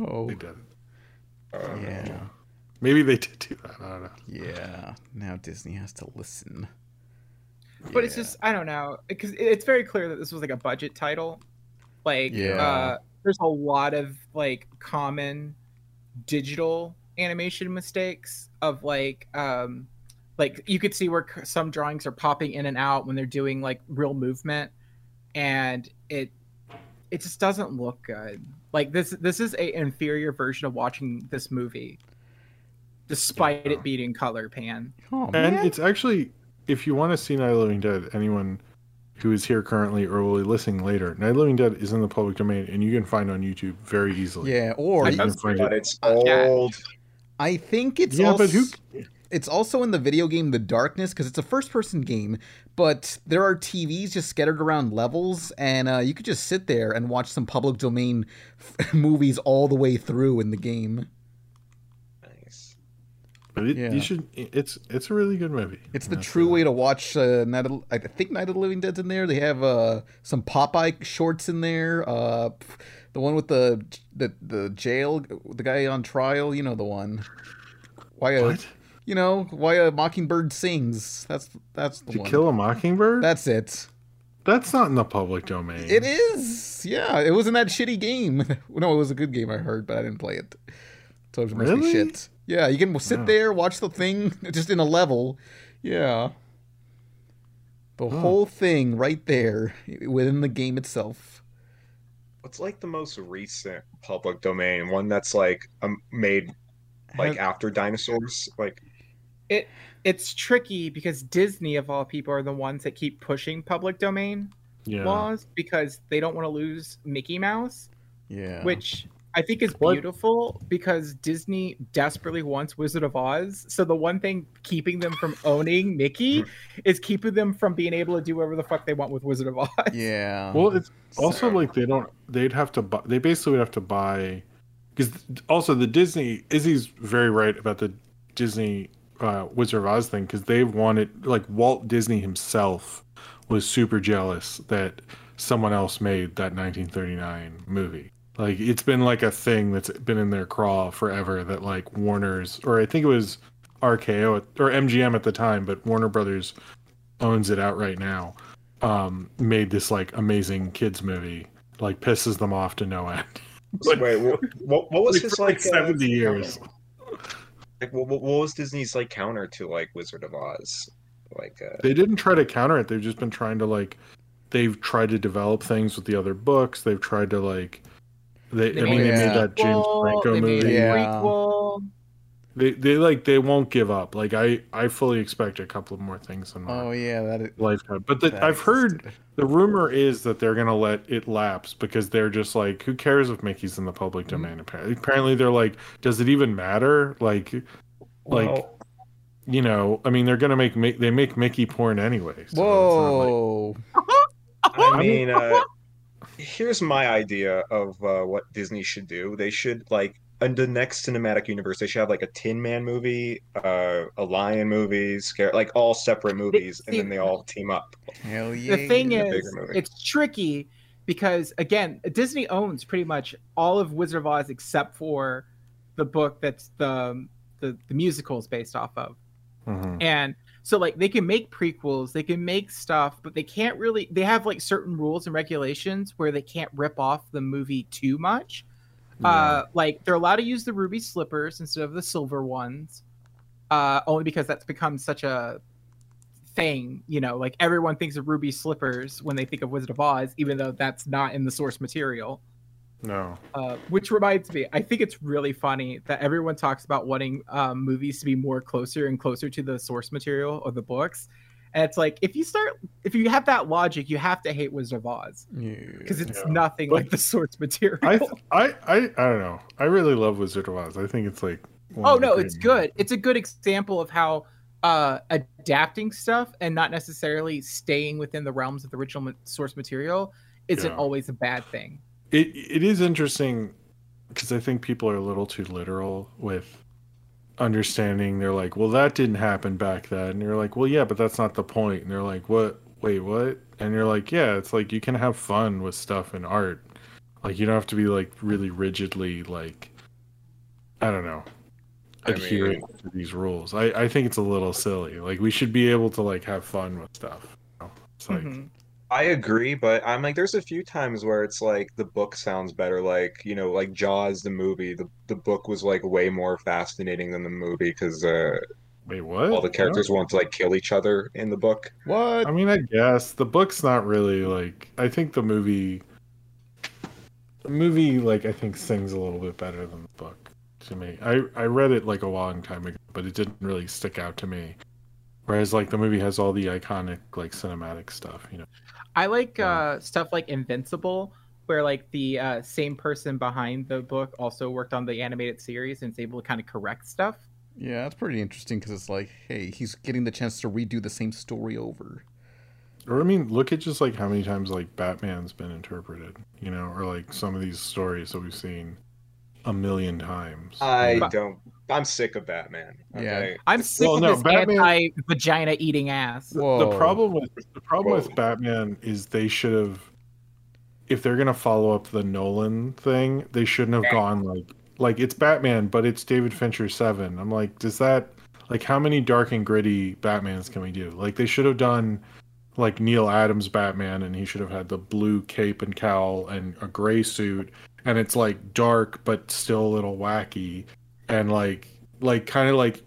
A: Oh.
D: they did it.
A: Yeah.
D: maybe they did do that i don't know
A: Yeah. Now Disney has to listen.
E: but it's just I don't know because it's very clear that this was like a budget title. Like,
A: Yeah.
E: uh, there's a lot of like common digital animation mistakes of like, um, like you could see where c- some drawings are popping in and out when they're doing like real movement, and it it just doesn't look good. Like this this is a inferior version of watching this movie, despite it beating color pan.
A: Oh,
D: And it's actually, if you want to see Night of the Living Dead, anyone who is here currently or will be listening later, Night of the Living Dead is in the public domain and you can find it on YouTube very easily.
A: yeah, or
D: You can find
C: But
D: it.
C: it's
E: Uh, yeah.
C: old.
A: I think it's
D: Yeah,
A: also,
D: but who?
A: it's also in the video game The Darkness because it's a first person game, but there are TVs just scattered around levels, and uh, you could just sit there and watch some public domain f- movies all the way through in the game.
C: Nice.
D: But it,
A: Yeah.
D: you should. It's it's a really good movie.
A: It's the true way to watch uh, Night of, I think Night of the Living Dead's in there. They have uh, some Popeye shorts in there. Uh, pff, the one with the, the the jail, the guy on trial. You know the one. Why a,
D: What?
A: you know why a mockingbird sings. That's that's the
D: To
A: one.
D: Kill a Mockingbird.
A: That's it.
D: That's not in the public domain.
A: It is. Yeah, it was in that shitty game. No, it was a good game I heard, but I didn't play it. So it was mostly
D: Really?
A: shit. Yeah, you can sit
D: Wow.
A: there, watch the thing just in a level. Yeah. The whole thing right there within the game itself.
C: What's like the most recent public domain? One that's like um, made like after dinosaurs? Like
E: it's tricky because Disney of all people are the ones that keep pushing public domain
D: Yeah.
E: laws because they don't want to lose Mickey Mouse,
A: Yeah.
E: which I think is
D: What-
E: beautiful because Disney desperately wants Wizard of Oz. So the one thing keeping them from owning Mickey
D: Hmm.
E: is keeping them from being able to do whatever the fuck they want with Wizard of Oz.
A: Yeah.
D: Well, it's also
C: So-
D: like they don't. They'd have to buy. They basically would have to buy, because also the Disney Izzy's very right about the Disney uh, Wizard of Oz thing because they wanted like Walt Disney himself was super jealous that someone else made that 1939 movie. Like it's been like a thing that's been in their craw forever that like Warner's or I think it was RKO at- or MGM at the time, but Warner Brothers owns it outright now um made this like amazing kids movie like pisses them off to no end Like-
C: wait, what, what, what was
D: like,
C: his
D: for,
C: like,
D: like,
C: uh,
D: 70 years
C: Like what, what what was Disney's like counter to like Wizard of Oz? Like uh,
D: they didn't try to counter it they've just been trying to like they've tried to develop things with the other books they've tried to like they,
E: They
D: i mean
A: made
D: they
A: a
D: made that james
E: sequel,
D: franco
E: they made
D: movie
E: a
A: Yeah.
E: prequel.
D: they, they like they won't give up like i i fully expect a couple of more things in my
A: oh yeah, that is.
D: lifetime but the,
A: that
D: i've heard
A: existed.
D: the rumor is that they're gonna let it lapse because they're just like who cares if mickey's in the public
E: Mm-hmm.
D: domain apparently apparently they're like does it even matter like like
C: well,
D: you know, I mean, they're gonna make Mi- they make Mickey porn anyway. so it's
A: Whoa.
C: I mean, uh, here's my idea of uh, what Disney should do. They should like in the next cinematic universe, they should have like a Tin Man movie, uh, a Lion movie, scare like all separate movies, and then they all team up.
A: Hell yeah.
E: the thing
C: a
E: is,
C: bigger movie.
E: it's tricky because again, Disney owns pretty much all of Wizard of Oz except for the book that's the um, the, the musical is based off of,
D: not like- Mhm.
E: and so like they can make prequels, they can make stuff, but they can't really. They have like certain rules and regulations where they can't rip off the movie too much. Uh, like they're allowed to use the ruby slippers instead of the silver ones, uh, only because that's become such a thing. You know, like everyone thinks of ruby slippers when they think of Wizard of Oz, even though that's not in the source material.
D: no,
E: Uh, which reminds me, I think it's really funny that everyone talks about wanting um, movies to be more closer and closer to the source material or the books. And it's like if you start if you have that logic, you have to hate Wizard of Oz
A: Yeah.
E: because it's
D: Yeah.
E: nothing
D: But-
E: like the source material.
D: I, th- I, I, I don't know. I really love Wizard of Oz. I think it's like. one
E: oh
D: of the
E: no
D: great
E: it's good it's a good example of how uh adapting stuff and not necessarily staying within the realms of the original ma- source material isn't
D: Yeah.
E: always a bad thing
D: it it is interesting because I think people are a little too literal with understanding. They're like, well, that didn't happen back then, and you're like, well, yeah, but that's not the point. And they're like, what? Wait, what? And you're like, yeah, it's like you can have fun with stuff and art. Like you don't have to be like really rigidly like, I don't know,
C: I
D: adhering to these rules. I I think it's a little silly. Like we should be able to like have fun with stuff. It's like
E: Mhm.
C: I agree, but I'm like, there's a few times where it's like the book sounds better. Like, you know, like Jaws, the movie, the, the book was like way more fascinating than the movie because uh,
D: wait, what?
C: all the characters want to like kill each other in the book.
A: What?
D: I mean, I guess the book's not really like. I think the movie, the movie, like I think sings a little bit better than the book to me. I I read it like a long time ago, but it didn't really stick out to me. Whereas like the movie has all the iconic like cinematic stuff, you know.
E: I like
D: Yeah.
E: uh, stuff like Invincible, where like the uh, same person behind the book also worked on the animated series and is able to kind of correct stuff.
A: Yeah, that's pretty interesting because it's like, hey, he's getting the chance to redo the same story over.
D: Or I mean, look at just like how many times like Batman's been interpreted, you know, or like some of these stories that we've seen a million times.
C: I
E: But-
C: don't, I'm sick of Batman.
A: Yeah.
C: Okay.
E: I'm sick
D: Well,
E: of
D: no,
E: this
D: Batman-
E: anti-vagina eating ass.
A: Whoa.
D: The problem with the problem
C: Whoa.
D: with Batman is they should have, if they're gonna follow up the Nolan thing, they shouldn't have gone like like it's Batman, but it's David Fincher seven. I'm like, does that like how many dark and gritty Batmans can we do? Like they should have done like Neil Adams Batman, and he should have had the blue cape and cowl and a gray suit, and it's like dark but still a little wacky, and like like kind of like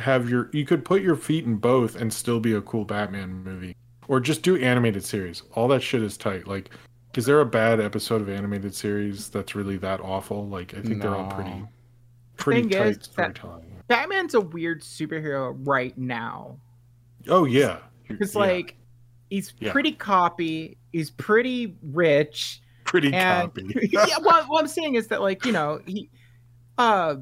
D: have your you could put your feet in both and still be a cool Batman movie, or just do animated series. All that shit is tight. Like, is there a bad episode of animated series that's really that awful? Like, I think they're all pretty
A: No.
D: pretty
E: Thing
D: tight
E: is that-
D: storytelling.
E: Batman's a weird superhero right now.
D: Oh yeah,
E: Because
D: Yeah.
E: like he's
D: Yeah.
E: pretty copy, he's pretty rich.
D: pretty
E: and-
D: copy.
E: yeah, well, what I'm saying is that like you know he, uh,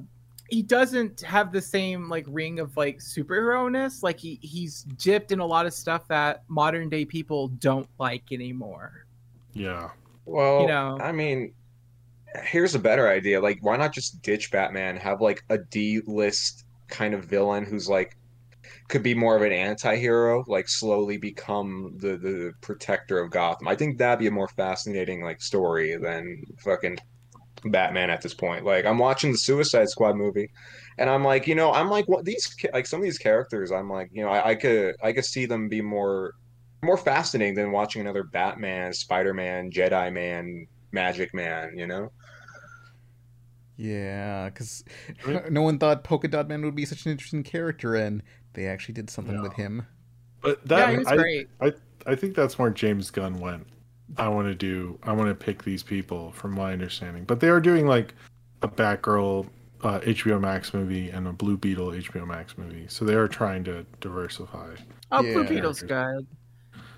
E: he doesn't have the same like ring of like superhero ness. Like he he's dipped in a lot of stuff that modern day people don't like anymore.
D: Yeah,
C: Well,
E: You know.
C: I mean, here's a better idea. Like, why not just ditch Batman, have like a D list kind of villain who's like could be more of an anti-hero, like slowly become the the protector of Gotham. I think that'd be a more fascinating like story than fucking Batman at this point. Like I'm watching the Suicide Squad movie and I'm like, you know, I'm like what these ca- like some of these characters I'm like, you know, I, I could I could see them be more more fascinating than watching another Batman, Spider-Man, Jedi Man, Magic Man, you know?
A: Yeah, because
D: Right.
A: no one thought Polka Dot Man would be such an interesting character, and they actually did something
D: No.
A: with him.
D: but
E: yeah,
D: that
E: he was
D: I,
E: great.
D: I think that's where James Gunn went. I want to do. I want to pick these people, from my understanding. But they are doing like a Batgirl uh, HBO Max movie and a Blue Beetle HBO Max movie. So they are trying to diversify.
E: Oh,
A: yeah.
E: Blue Beetle's good.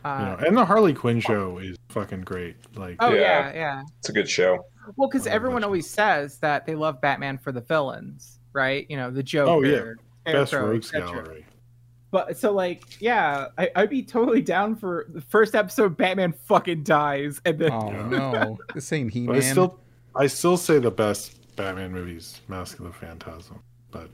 E: Uh,
D: you know, and the Harley Quinn show is fucking great. Like,
E: Oh
C: Yeah.
E: yeah, yeah.
C: It's a good show.
E: Well, because
D: Oh,
E: everyone
D: gotcha.
E: always says that they love Batman for the villains, right? You know, the Joker.
D: Oh, yeah, best
E: Scarecrow,
D: rogues
E: etc.
D: gallery.
E: But so like, yeah, I, I'd be totally down for the first episode. Batman fucking dies, and then
A: Oh
D: Yeah.
A: no, this ain't He
D: But I
A: Man.
D: still, I still say the best Batman movies, Mask of the Phantasm. But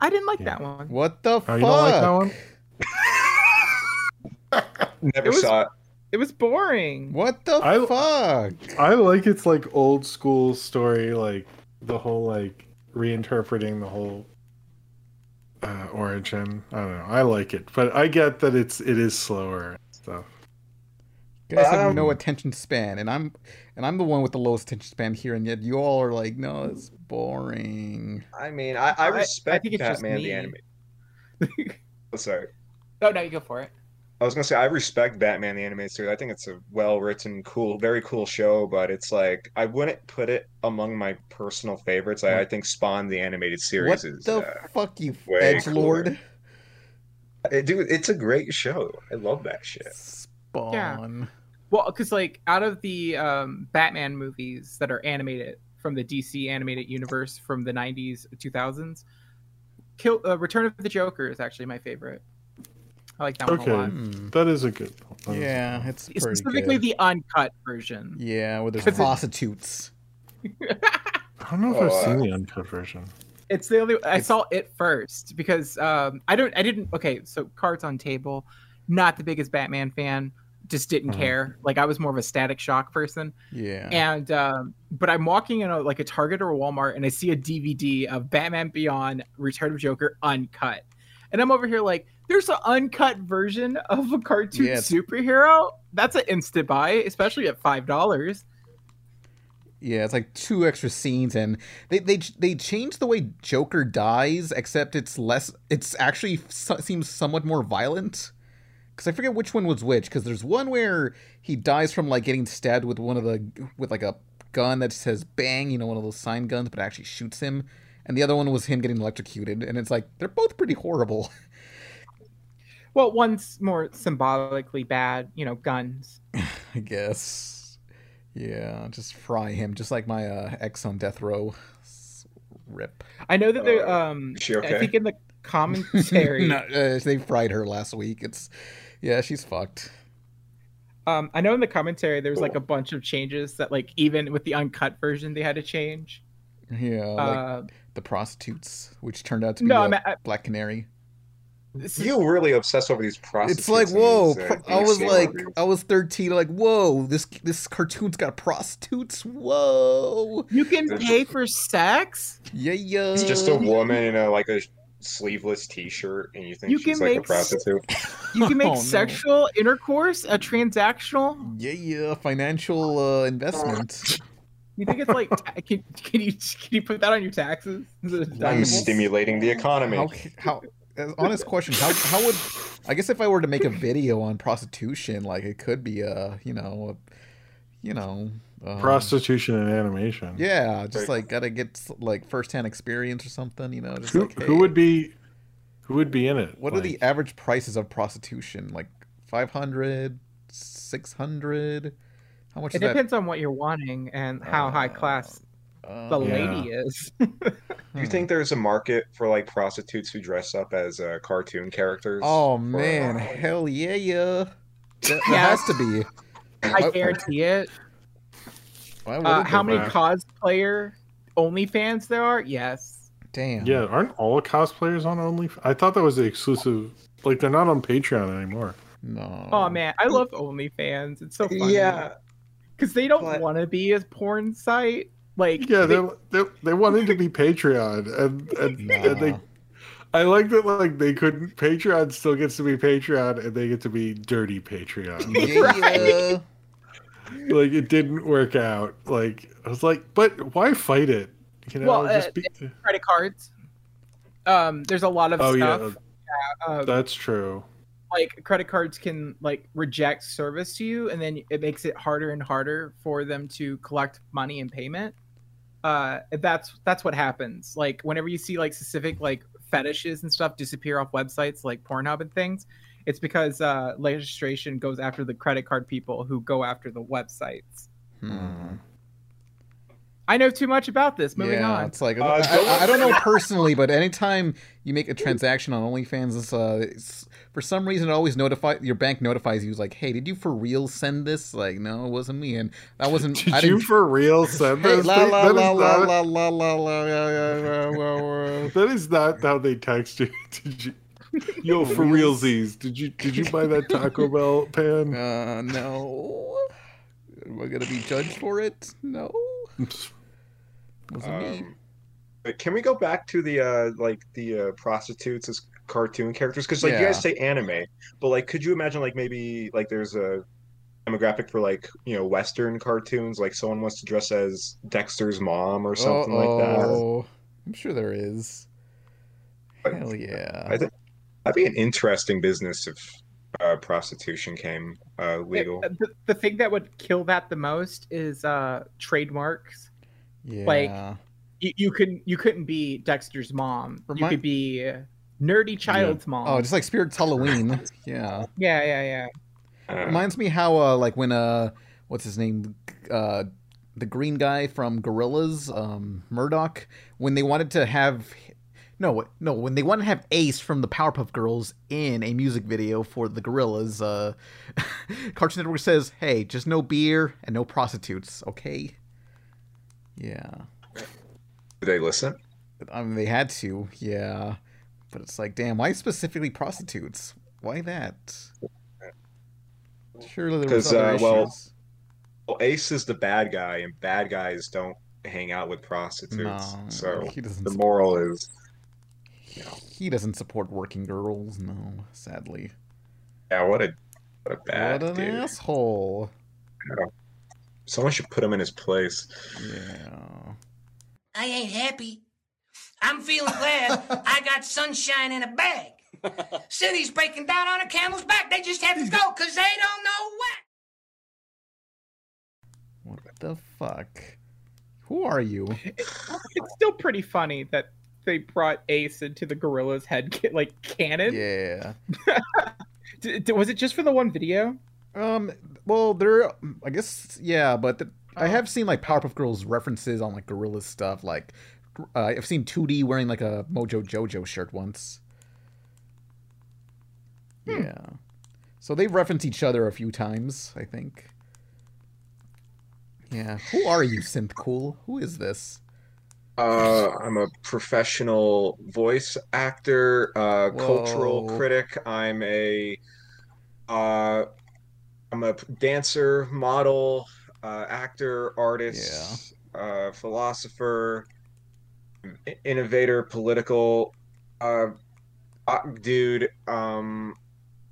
E: I didn't like
D: Yeah.
E: that one.
A: What the
D: oh,
A: fuck?
D: you don't like that one?
C: Never
E: It was-
C: saw it.
E: It was boring.
A: What the
D: I-
A: fuck?
D: I like it's like old school story, like the whole like reinterpreting the whole uh, origin. I don't know. I like it, but I get that it's it is slower and stuff.
A: Guys have
C: Um,
A: no attention span, and I'm and I'm the one with the lowest attention span here, and yet you all are like, no, it's boring.
C: I mean, I, I
E: I- I
C: respect
E: think it's just
C: Batman
E: me.
C: the anime. Sorry.
E: Oh no, you go for it.
C: I was gonna say I respect Batman the animated series. I think it's a well-written, cool, very cool show, but it's like I wouldn't put it among my personal favorites. I, I think Spawn the animated series
A: What
C: is
A: the
C: uh,
A: fuck, you
C: way
A: edge lord?
C: it- dude, it's a great show. I love that shit.
A: Spawn.
E: Well, because like out of the um, Batman movies that are animated from the DC animated universe from the '90s, 2000s, Kill uh, Return of the Joker is actually my favorite. I like that one a lot.
D: Okay.
A: Hmm.
D: That is a good. That is a
A: Yeah,
D: good one.
A: it's pretty
E: Specifically
A: good.
E: the uncut version.
A: yeah, where there's
E: 'Cause it-
A: prostitutes.
D: I don't know if I've
C: Oh,
D: seen the uncut version.
E: It's the only I
A: It's-
E: saw it first because um, I don't I didn't okay so cards on table, not the biggest Batman fan, just didn't
D: Mhm.
A: Uh-huh.
E: care. Like I was more of a Static Shock person,
A: Yeah.
E: and um, but I'm walking in a like a Target or a Walmart and I see a DVD of Batman Beyond Return of Joker uncut, And I'm over here like, there's an uncut version of a cartoon
A: Yeah, it's-
E: superhero. That's an instant buy, especially at five dollars.
A: Yeah, it's like two extra scenes, and they they they change the way Joker dies, except it's less. It's actually so, seems somewhat more violent. Because I forget which one was which. Because there's one where he dies from like getting stabbed with one of the with like a gun that says bang, you know, one of those sign guns, but it actually shoots him. And the other one was him getting electrocuted, and it's like they're both pretty horrible.
E: Well, one's more symbolically bad, you know, guns.
A: I guess. Yeah, just fry him, just like my uh, ex on death row. S- Rip.
E: I know that they're.
C: Uh,
A: Oh,
E: Um,
C: is she
E: I
C: okay?
E: think in the commentary,
A: No, uh, they fried her last week. It's yeah, she's fucked.
E: um, I know in the commentary there was like a bunch of changes that, like, even with the uncut version, they had to change.
A: Yeah, Oh, like
E: uh,
A: the prostitutes, which turned out to be
E: No,
A: a
E: I'm- I-
A: Black Canary.
E: this is-
C: You really obsess over these prostitutes.
A: It's like
C: and
A: whoa!
C: these, uh,
A: pro- I was
C: these
A: like,
C: celebrities.
A: I was thirteen. Like whoa, this this cartoon's got prostitutes. Whoa,
E: you can
C: There's-
E: pay for sex.
A: yeah, yeah.
C: it's just a woman in a like a sleeveless T-shirt, and you think
E: You
C: she's
E: can
C: like a
E: make s-
C: prostitute.
E: You can make
A: Oh, no.
E: sexual intercourse a transactional.
A: Yeah, yeah. Financial uh, investment.
E: You think it's like ta- can, can you can you put that on your taxes? Is it
A: Like
C: I'm
A: Deductible?
E: deductible?
C: stimulating the economy.
A: How? How? as- Honest question. How? How would? I guess if I were to make a video on prostitution, like it could be a, you know, a, you know, um,
D: Prostitution and animation.
A: Yeah, just
C: Right.
A: like gotta get s- like firsthand experience or something, you know. Just
D: Who,
A: like, hey,
D: who would be who would be in it?
A: What are the
D: Like,
A: average prices of prostitution? Like 500, 600? How much
E: It
A: is that?
E: depends on what you're wanting and how high class
A: Uh,
E: the
D: yeah.
E: lady is.
C: Do you think there's a market for like prostitutes who dress up as uh, cartoon characters?
A: Oh man, hell yeah, yeah. That, that
E: Yeah.
A: has to be.
E: I guarantee it.
A: Why would
E: Uh,
A: it
E: how
A: be?
E: many
D: back.
E: cosplayer OnlyFans there are? Yes.
A: Damn.
D: Yeah, aren't all cosplayers on Only? I thought that was the exclusive. Like they're not on Patreon anymore.
A: No.
E: Oh man, I love OnlyFans. It's so funny.
C: yeah,
E: because they don't
C: but-
E: want to be a porn site. Like
D: Yeah,
E: they-
D: they they, they wanted to be Patreon, and and, and they.
A: Nah.
D: I like that. Like they couldn't. Patreon still gets to be Patreon, and they get to be dirty Patreon.
A: Yeah, yeah.
D: like it didn't work out. Like I was like, but why fight it? You know,
E: Well, uh,
D: just be,
E: credit cards. Um, there's a lot of
D: oh
E: stuff.
D: yeah,
E: uh,
D: that's true.
E: like credit cards can like reject service to you and then it makes it harder and harder for them to collect money and payment uh that's that's what happens like whenever you see like specific like fetishes and stuff disappear off websites like pornhub and things it's because uh legislation goes after the credit card people who go after the websites
A: Hmm.
E: i know too much about this moving
A: yeah,
E: on
A: it's like
C: Uh,
A: I,
C: go-
A: I, I don't know personally, but anytime you make a transaction on OnlyFans, it's, uh, it's, for some reason it always notify your bank notifies you. It's like, hey, did you for real send this? Like, no, it wasn't me, and that wasn't.
D: Did
A: I
D: you
A: didn't.
D: for real send
A: Hey,
D: this?
A: la
D: That-
A: la
D: that is
A: la la
D: not-
A: la la la la la la la. la.
D: That is not how they text you. Did you? Yo, for realsies, did you did you buy that Taco Bell pan?
A: Uh, no, am I gonna be judged for it? No, wasn't me.
C: Um, but can we go back to the uh, like the uh, prostitutes as cartoon characters? Because like you
A: Yeah.
C: guys say anime, but like could you imagine like maybe like there's a demographic for like you know Western cartoons? Like someone wants to dress as Dexter's mom or something
E: Oh,
C: like that.
A: Uh-oh. I'm sure there is.
C: But-
A: Hell yeah.
C: I think that'd be an interesting business if uh, prostitution came uh, legal.
E: It- the, the thing that would kill that the most is uh trademarks
A: yeah.
E: like, you, you couldn't you couldn't be Dexter's mom. you
A: Remind-
E: could be uh, nerdy child's mom.
A: Oh, just like Spirit's Halloween. yeah.
E: yeah, yeah, yeah.
C: Uh,
A: Reminds me how uh like when uh what's his name uh the green guy from Gorillas um Murdoch when they wanted to have no wait, no when they wanted to have Ace from the Powerpuff Girls in a music video for the Gorillas uh Cartoon Network says hey just no beer and no prostitutes okay yeah
C: do they listen?
A: I mean they had to yeah but it's like damn why specifically prostitutes why that surely there was
C: 'Cause,
A: other
C: uh, well,
A: issues.
C: Well, Ace is the bad guy, and bad guys don't hang out with prostitutes. so
A: he doesn't.
C: the moral is
A: He doesn't support working girls, no, sadly.
C: Yeah, what a what a bad
A: what an
C: dude.
A: asshole.
C: Someone should put him in his place.
A: Yeah.
G: I ain't happy. I'm feeling glad I got sunshine in a bag. City's breaking down on a camel's back. They just have to go because they don't know what.
A: What the fuck? Who are you?
E: It's still pretty funny that they brought Ace into the gorilla's head, ca- like cannon.
A: Yeah.
E: D- d- was it just for the one video?
A: Um. Well, there. I guess. Yeah, but the, I
E: Oh.
A: have seen like Powerpuff Girls references on like Gorilla stuff. Like, uh, I've seen 2D wearing like a Mojo Jojo shirt once. Yeah. So they reference each other a few times, I think. Yeah. Who are you, Synth Cool? Who is this?
C: Uh, I'm a professional voice actor, uh, cultural
A: Whoa.
C: critic. I'm a uh, I'm a dancer, model, uh, actor, artist, uh, philosopher, i- innovator, political uh, uh, dude. Um,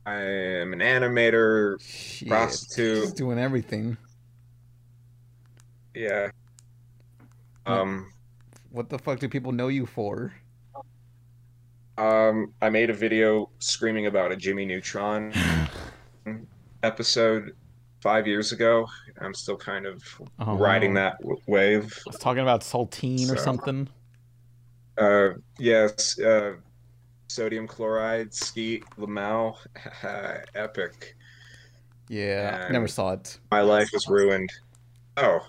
C: I am an animator.
A: Shit.
C: Prostitute.
A: He's doing everything.
C: Yeah. Um,
A: What the fuck do people know you for?
C: Um, I made a video screaming about a Jimmy Neutron episode five years ago. I'm still kind of
A: Oh,
C: riding that w- wave.
A: It's talking about saltine or
C: So-
A: something.
C: Uh, yes, uh, sodium chloride, skeet, Lamau, epic.
A: Yeah. I
C: Um,
A: never saw it.
C: My life is ruined. Oh,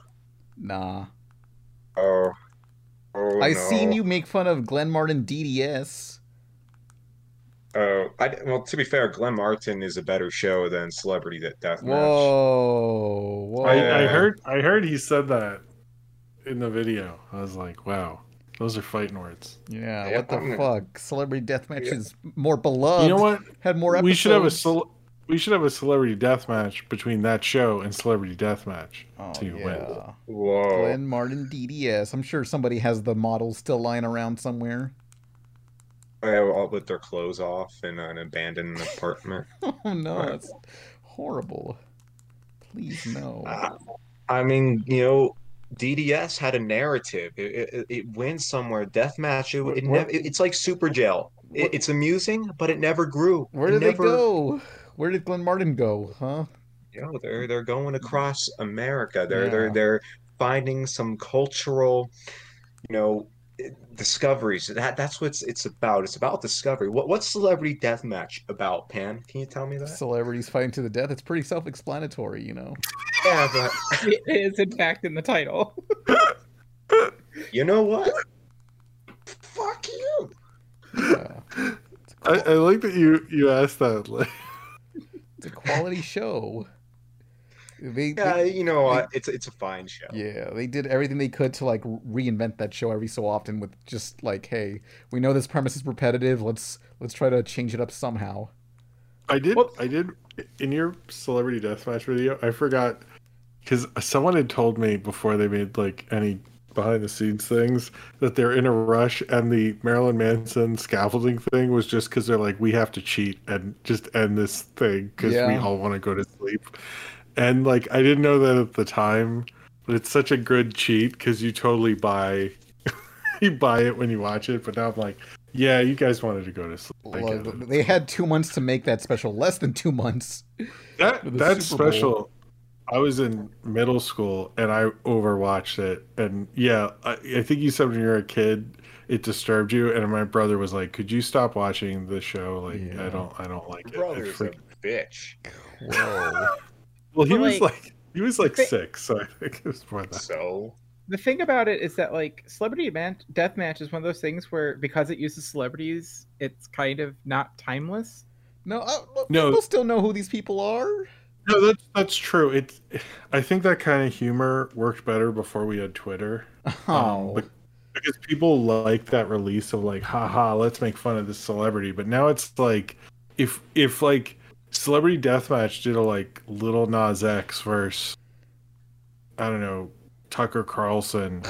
A: Nah.
C: oh, oh
A: I
C: no.
A: seen you make fun of Glenn Martin DDS.
C: Oh, I, well, to be fair, Glenn Martin is a better show than Celebrity Death- Deathmatch.
A: Whoa, whoa.
D: I, I heard I heard he said that in the video. I was like, wow, those are fighting words.
A: Yeah,
C: Yeah,
A: what the
C: I'm gonna-
A: fuck? Celebrity Deathmatch
C: Yeah.
A: is more beloved.
D: you know what?
A: Had more episodes.
D: We should have a cel- we should have a celebrity death match between that show and celebrity death match
A: Oh,
D: to win.
A: yeah.
C: Whoa.
A: Glenn Martin DDS. I'm sure somebody has the model still lying around somewhere.
C: Yeah, all with their clothes off in an abandoned apartment.
A: Oh no, that's horrible. Please no.
C: Ah. I mean, you know, DDS had a narrative. It, it, it went somewhere. Deathmatch. It, it
D: Where-
C: nev- it's like Super Jail. It, it's amusing, but it never grew.
A: Where
C: It
A: did
C: never-
A: they go? Where did Glenn Martin go? Huh?
C: You know, they're they're going across America. They're they're
A: Yeah.
C: they're finding some cultural, you know, discoveries. That that's what it's, it's about. It's about discovery. What what's Celebrity Deathmatch about, Pan? Can you tell me that?
A: Celebrities fighting to the death. It's pretty self-explanatory, you know.
C: Yeah, but
E: It is in fact in the title.
C: you know what? Fuck you.
A: Yeah. It's a
D: I,
A: qual-
D: I like that you you asked that. Like,
A: It's a quality show. They,
C: Yeah,
A: they-
C: you know what? It's it's a fine show.
A: yeah, they did everything they could to like reinvent that show every so often with just like, hey, we know this premise is repetitive. Let's let's try to change it up somehow.
D: I did I did in your celebrity deathmatch video. I forgot because someone had told me before they made like any behind the scenes things that they're in a rush and the Marilyn Manson scaffolding thing was just because they're like we have to cheat and just end this thing because we
A: Yeah.
D: all want to go to sleep. And like I didn't know that at the time, but it's such a good cheat because you totally buy you buy it when you watch it. But now I'm like, yeah, you guys wanted to go to sleep. I
A: Well,
D: get it.
A: they had two months to make that special. Less than two months. for
D: That
A: the
D: that's
A: Super Bowl.
D: special. I was in middle school and I overwatched it, and yeah, I, I think you said when you were a kid, it disturbed you, and my brother was like, "Could you stop watching the show? Like,
A: Yeah.
D: I don't, I don't like it."
C: Brother
D: It
C: is
D: freaked-
C: a bitch.
A: Whoa.
D: Well, he
E: But,
D: was
E: like-
D: like, he was like
E: They-
D: six, so I think it was more that.
C: So
E: the thing about it is that like celebrity man- deathmatch is one of those things where because it uses celebrities, it's kind of not timeless.
A: no, uh, look,
D: No.
A: people still know who these people are.
D: No, that's that's true. It's, I think that kind of humor worked better before we had Twitter.
A: Oh,
D: Um, be- because people like that release of like, haha, let's make fun of this celebrity. But now it's like, if if like Celebrity Deathmatch did a like Little Nas X versus, I don't know, Tucker Carlson,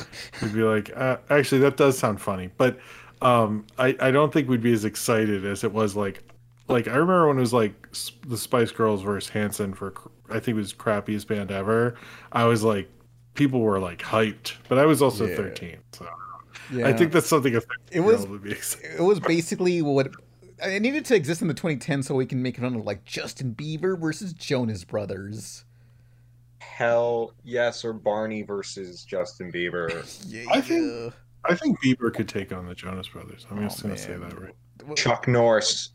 D: would be like, uh, actually that does sound funny, but um i i don't think we'd be as excited as it was like like i remember when it was like S- the spice girls versus hanson for cr- i think it was crappiest band ever i was like people were like hyped but i was also
H: Yeah.
D: 13 so
H: Yeah.
D: i think that's something a
H: It
D: 13
H: was-
D: would be excited.
H: it was basically what it needed to exist in the 2010s so we can make it under like Justin Bieber versus Jonas Brothers.
C: Hell yes, or Barney versus Justin Bieber.
H: Yeah,
D: I think- i think bieber could take on the jonas brothers i'm just gonna say
H: Oh, man.
D: that right
C: Chuck Norris.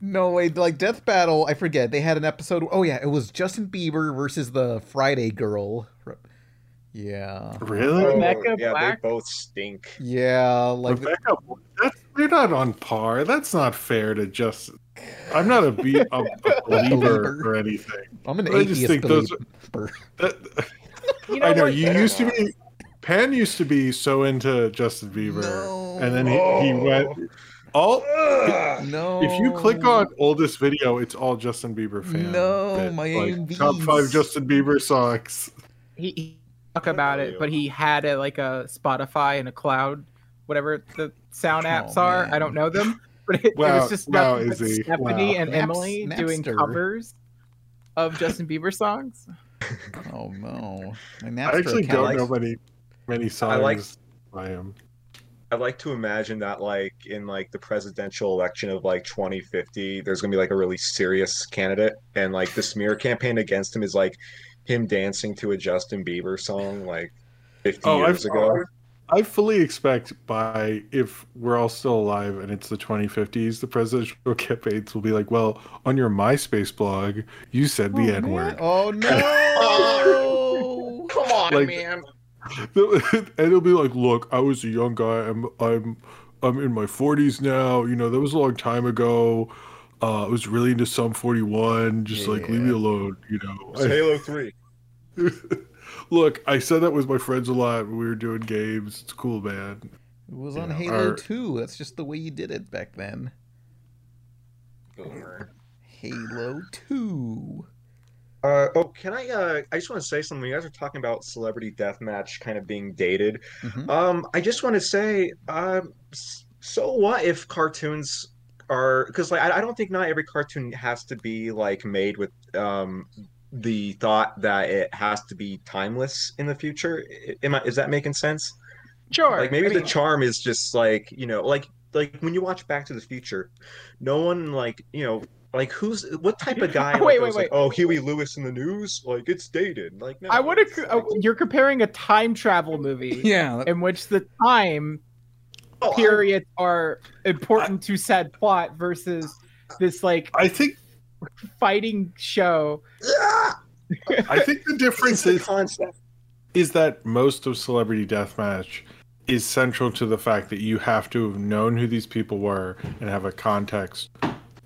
H: no way, like Death Battle. I forget they had an episode. Oh yeah, it was Justin Bieber versus the Friday Girl. Yeah,
D: really
C: Oh,
E: Rebecca
C: yeah,
E: Black?
C: they both stink.
H: yeah, like
D: Rebecca, that's, they're not on par. That's not fair to just. I'm not a, be- a, a believer
H: Believer.
D: or anything.
H: I'm an
D: I just
H: atheist
D: think those-
H: believer.
D: That-
E: You
D: I know
E: what?
D: you used to be. Pan used to be so into Justin Bieber,
H: No.
D: and then he, he
C: Oh.
D: went all.
H: No,
D: If you click on oldest video, it's all Justin Bieber fan.
H: No,
D: bit,
H: my
D: top
H: AMVs.
D: five Justin Bieber songs.
E: he, he talk about it, but he had a, like a Spotify and a cloud, whatever the sound
H: Oh,
E: apps are. I don't
H: man.
E: know them, but it, it
D: Wow,
E: was just
D: wow,
E: nothing but
D: Izzy,
E: Stephanie
D: wow.
E: and
H: Naps-
E: Emily doing
H: Napster.
E: covers of Justin Bieber songs.
H: oh no, my
D: I
H: Napster
D: actually
H: account-
D: don't
C: like-
D: know many many songs.
C: like-
D: by him.
C: I like to imagine that, like in like the presidential election of like 2050, there's gonna be like a really serious candidate, and like the smear campaign against him is like him dancing to a Justin Bieber song like 50
D: Oh, I've-
C: years ago.
D: I fully expect by if we're all still alive and it's the 2050s, the presidential campaigns will be like, well, on your MySpace blog, you said the N word.
H: Oh no.
G: Come on,
D: Like-
G: man.
D: and it'll be like, look, I was a young guy. I'm, I'm, I'm in my 40s now. You know, that was a long time ago. Uh, I was really into Sum 41. Just like, leave me alone. You know,
C: It's Halo 3.
D: look, I said that with my friends a lot when we were doing games. It's cool, man.
H: It was
D: You
H: on
D: know,
H: Halo
D: or-
H: 2. That's just the way you did it back then. Halo 2.
C: Uh, oh, can I? Uh, I just want to say something. You guys are talking about celebrity deathmatch kind of being dated.
H: Mhm.
C: Um, I just want to say, um, s- so what if cartoons are? Because like, I, I don't think not every cartoon has to be like made with um the thought that it has to be timeless in the future. I- Am I? Is that making sense?
E: Sure.
C: Like maybe
E: I
C: the
E: mean,
C: charm is just like you know, like like when you watch Back to the Future, no one like you know. Like who's what type of guy? like,
E: Wait,
C: goes
E: wait,
C: like, oh, Huey Lewis in the news. Like it's dated. Like no,
E: I would.
C: it's,
E: Ac-
C: like-
E: you're comparing a time travel movie
H: Yeah.
E: in which the time uh,
C: Oh, I-
E: periods are important to said plot versus this like
D: I think,
E: fighting show.
C: Ah!
D: I think the
C: It's
D: difference
C: the
D: is
C: concept.
D: is that most of Celebrity Deathmatch is central to the fact that you have to have known who these people were and have a context.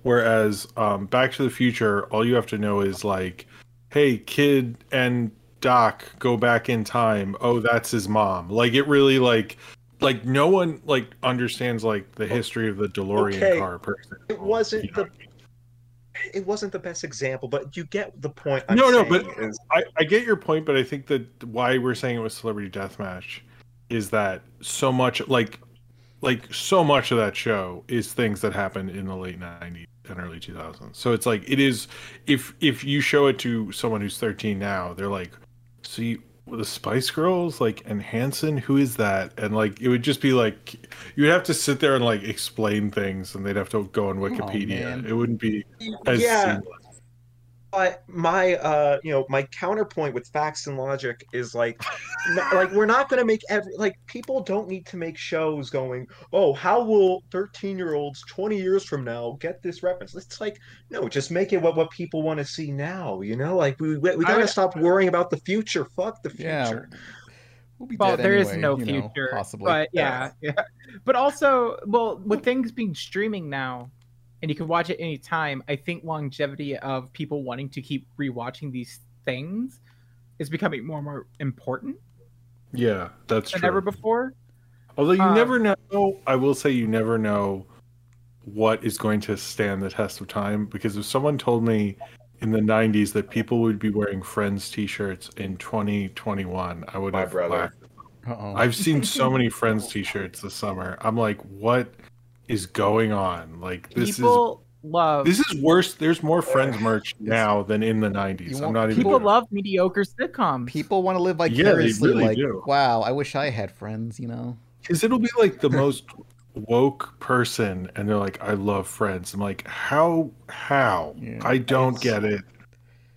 D: Whereas um, Back to the Future, all you have to know is like, hey, kid and Doc go back in time. Oh, that's his mom. Like it really like like no one like understands like the history of the DeLorean
C: Okay.
D: car person.
C: It wasn't
D: You know?
C: It wasn't the best example, but you get the point.
D: No, no,
C: saying
D: but-
C: is-
D: I, I get your point, but I think that why we're saying it was Celebrity Deathmatch is that so much like like so much of that show is things that happened in the late 90s and early 2000s. So it's like it is if if you show it to someone who's 13 now, they're like, "See the Spice Girls like and Hanson, who is that?" And like it would just be like you would have to sit there and like explain things and they'd have to go on Wikipedia.
H: man.
D: it wouldn't be as
C: yeah,
D: seamless.
C: but my uh, you know, my counterpoint with facts and logic is like, n- like we're not gonna make every like people don't need to make shows going, oh, how will thirteen year olds twenty years from now get this reference? It's like, no, just make it what what people want to see now. You know, like we we, we gotta
E: would-
C: stop worrying about the future. Fuck the future.
H: Yeah. We'll be
E: Well,
H: dead
E: there is
H: anyway,
E: no
H: you know,
E: future,
H: possibly.
E: but yeah, yeah. But also, well, with things being streaming now, and you can watch it any time, I think longevity of people wanting to keep rewatching these things is becoming more and more important
D: Yeah, that's
E: than
D: true.
E: ever before.
D: Although you
E: Um,
D: never know, I will say you never know what is going to stand the test of time because if someone told me in the 90s that people would be wearing friends t-shirts in 2021, I would
C: My
D: have
C: brother.
D: laughed.
A: Uh-oh.
D: I've seen so many Friends T-shirts this summer. I'm like, what is going on? Like this
E: people love
D: is this is worse. There's more Friends merch now than in the
A: You
D: '90s. I'm
A: want-
D: not even.
E: people
D: joking.
E: love mediocre sitcoms.
A: People want to live
D: Yeah, they
A: vicariously,
D: really
A: like,
D: do.
A: wow, I wish I had friends, you know?
D: because it'll be like the most woke person and they're like i love friends i'm like how how
A: Yeah.
D: i don't get it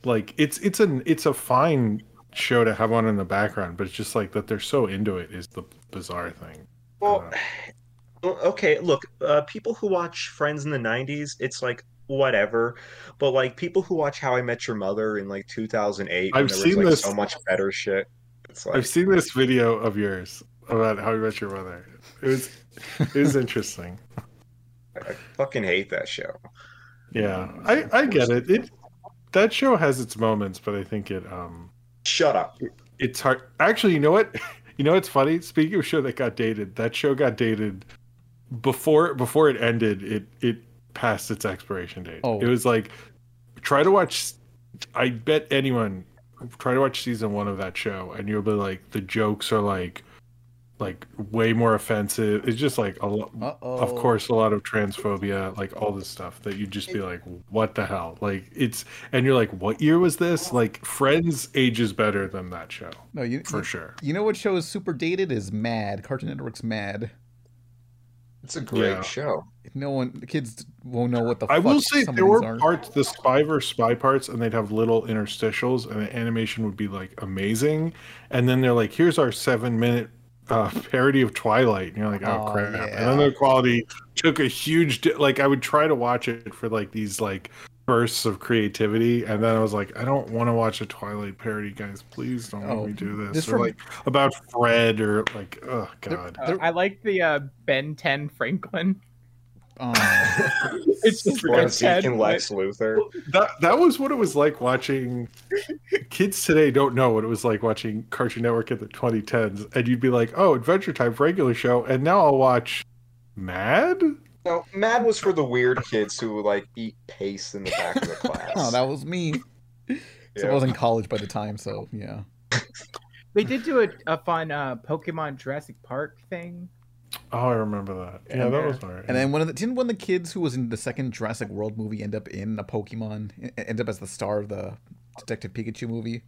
D: like it's it's an it's a fine show to have on in the background but it's just like that they're so into it is the bizarre thing
C: Well, well, okay, look, uh, people who watch Friends in the 90s, it's like whatever. But like people who watch How I Met Your Mother in like 2008,
D: I've
C: when there was,
D: seen
C: like,
D: this-
C: so much better shit. It's like
D: i've seen this video of yours about how you met your mother it was it was interesting
C: I fucking hate that show.
D: yeah i i get it it that show has its moments but i think it um
C: Shut up.
D: it's hard. Actually, you know what? You know what's funny? Speaking of show that got dated, that show got dated before before it ended. It it passed its expiration date.
A: Oh.
D: It was like try to watch. I bet anyone try to watch season one of that show, and you'll be like, the jokes are like like way more offensive. It's just like a lot.
A: Uh-oh.
D: Of course, a lot of transphobia, like all this stuff that you'd just be like, what the hell? Like, it's, and you're like, what year was this? Like, Friends ages better than that show,
A: No, you,
D: for
A: you,
D: sure.
A: you know what show is super dated? Is Mad. Cartoon Network's Mad.
C: It's a great
D: Yeah.
C: show.
A: No one, the kids won't know what the
D: I
A: fuck
D: will say
A: some
D: there
A: of these
D: were
A: are.
D: parts, the spy versus spy parts, and they'd have little interstitials, and the animation would be like amazing. And then they're like, here's our seven minute uh, parody of Twilight. And you're like, oh,
A: Oh,
D: crap.
A: yeah.
D: And then the quality took a huge, di- like, I would try to watch it for like these like bursts of creativity. And then I was like, I don't want to watch a Twilight parody, guys. Please don't
A: Oh,
D: let me do this.
A: this
D: or
A: rem-
D: like about Fred, or like, oh, God.
E: Uh,
A: They're-
E: I like the uh, Ben 10 Franklin.
A: Um,
E: It's just Ben
C: Lawrence
E: 10.
C: Deacon, Lex Luthor.
D: that that was what it was like watching kids today don't know what it was like watching cartoon network in the 2010s and you'd be like oh adventure time regular show and now i'll watch mad
C: No, Mad was for the weird kids who would like eat paste in the back of the class.
A: oh, that was me. So I was in college by the time, so yeah.
E: They did do a, a fun uh, Pokemon Jurassic Park thing.
D: oh i remember that yeah that was all right
A: And then one of the didn't one of the kids who was in the second Jurassic World movie end up in a Pokemon? e- End up as the star of the Detective Pikachu movie.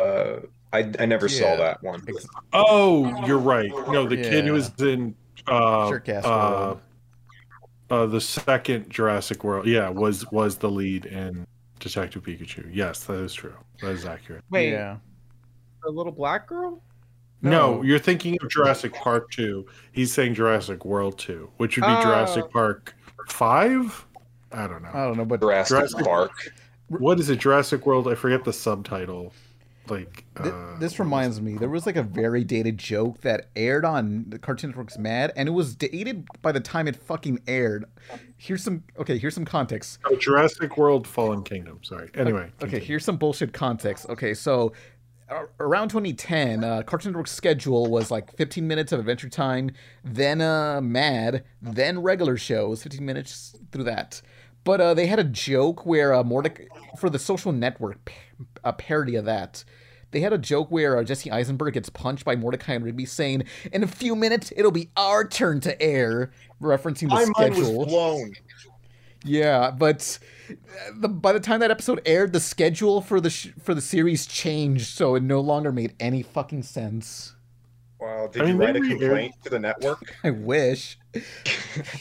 C: Uh, I, I never saw
A: Yeah.
C: that one.
D: oh you're right no the kid
A: Yeah.
D: who was in uh
A: Jerkass
D: uh,
A: World.
D: uh the second jurassic world yeah was was the lead in detective pikachu yes that is true that is accurate
E: Wait,
A: yeah,
E: a little black girl?
D: No.
A: No.
D: you're thinking of Jurassic Park 2. He's saying Jurassic World 2, which would be
E: Oh.
D: Jurassic Park 5? I don't know.
A: I don't know, but
C: Jurassic,
D: Jurassic-
C: Park.
D: what is it? Jurassic World? I forget the subtitle. Like
A: Th-
D: uh,
A: this reminds me, there was like a very dated joke that aired on the Cartoon Network's Mad, and it was dated by the time it fucking aired. Here's some okay. Here's some context.
D: oh, Jurassic World Fallen Kingdom, sorry. Anyway.
A: Okay,
D: continue.
A: here's some bullshit context. Okay, so ar- around 2010, uh, Cartoon Network's schedule was like 15 minutes of Adventure Time, then uh, Mad, then regular shows, 15 minutes through that. But uh, they had a joke where uh, Mordecai, for the social network, p- a parody of that. They had a joke where uh, Jesse Eisenberg gets punched by Mordecai and Rigby, saying, "In a few minutes, it'll be our turn to air," referencing the
C: My mind was
A: schedule.
C: blown.
A: Yeah, but uh, the, by the time that episode aired, the schedule for the sh- for the series changed, so it no longer made any fucking sense.
C: Wow, did
D: I mean,
C: you write a
D: they re-aired-
C: complaint to the network?
A: I wish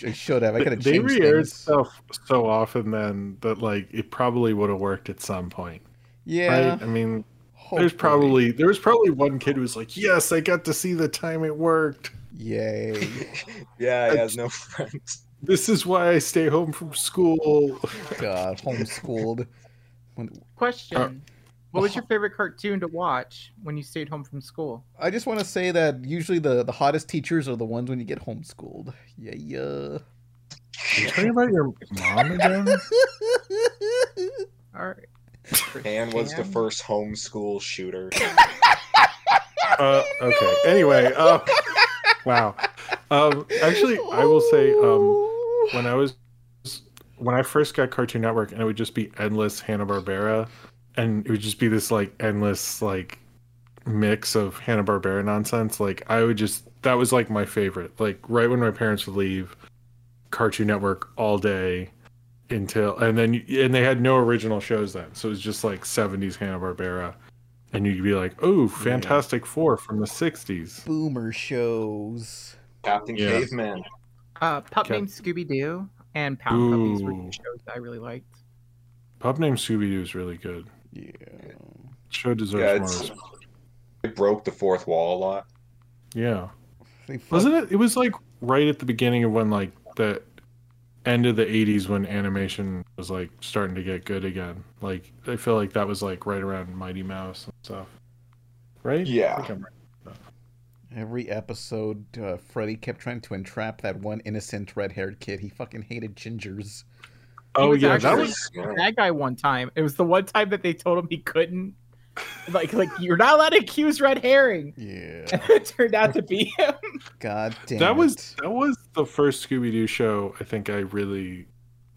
A: I should have. I could have
D: They
A: changed
D: re-aired
A: things.
D: stuff so often then that like it probably would have worked at some point.
A: yeah,
D: Right? I mean,
A: hopefully.
D: there's probably there was probably one kid who was like, "Yes, I got to see the time it worked."
A: yay.
C: Yeah, he has no friends.
D: This is why I stay home from school.
A: God, homeschooled. When-
E: Question.
D: Oh.
E: what was your favorite cartoon to watch when you stayed home from school?
A: I just want to say that usually the the hottest teachers are the ones when you get homeschooled. Yeah, yeah.
D: you talking about your mom again?
E: All right.
C: Dan was the
E: Dan?
C: first homeschool shooter.
D: Uh, okay. Anyway, uh, wow. Um, actually, I will say um, when I was when I first got Cartoon Network, and it would just be endless Hanna Barbera, and it would just be this like endless like mix of Hanna Barbera nonsense, like I would just that was like my favorite. Like right when my parents would leave, Cartoon Network all day until and then and they had no original shows then, so it was just like '70s Hanna Barbera, and you'd be like, "Oh, Fantastic Four from the '60s."
A: Boomer shows.
C: Captain
D: Yeah.
C: Caveman.
E: Uh, pup
D: Okay.
E: named Scooby Doo and Pound Puppies were
D: Ooh.
E: two shows I really liked.
D: Pub named Scooby Doo is really good.
A: Yeah.
D: Show deserves
C: Yeah,
D: more.
C: it's,
D: respect.
C: it broke the fourth wall a lot.
D: Yeah,
A: They fuck-
D: wasn't it? It was like right at the beginning of when like the end of the '80s when animation was like starting to get good again. Like I feel like that was like right around Mighty Mouse and stuff, right?
C: Yeah.
D: I think I'm right.
A: Every episode, uh, Freddy kept trying to entrap that one innocent red-haired kid. He fucking hated gingers.
D: Oh
E: was
D: yeah, that
E: actually-
D: was
C: Yeah.
E: That guy one time. It was the one time that they told him he couldn't. Like, like you're not allowed to accuse red herring.
A: Yeah.
E: it turned out to be him.
A: God damn.
D: that was
A: it.
D: that was the first Scooby Doo show I think I really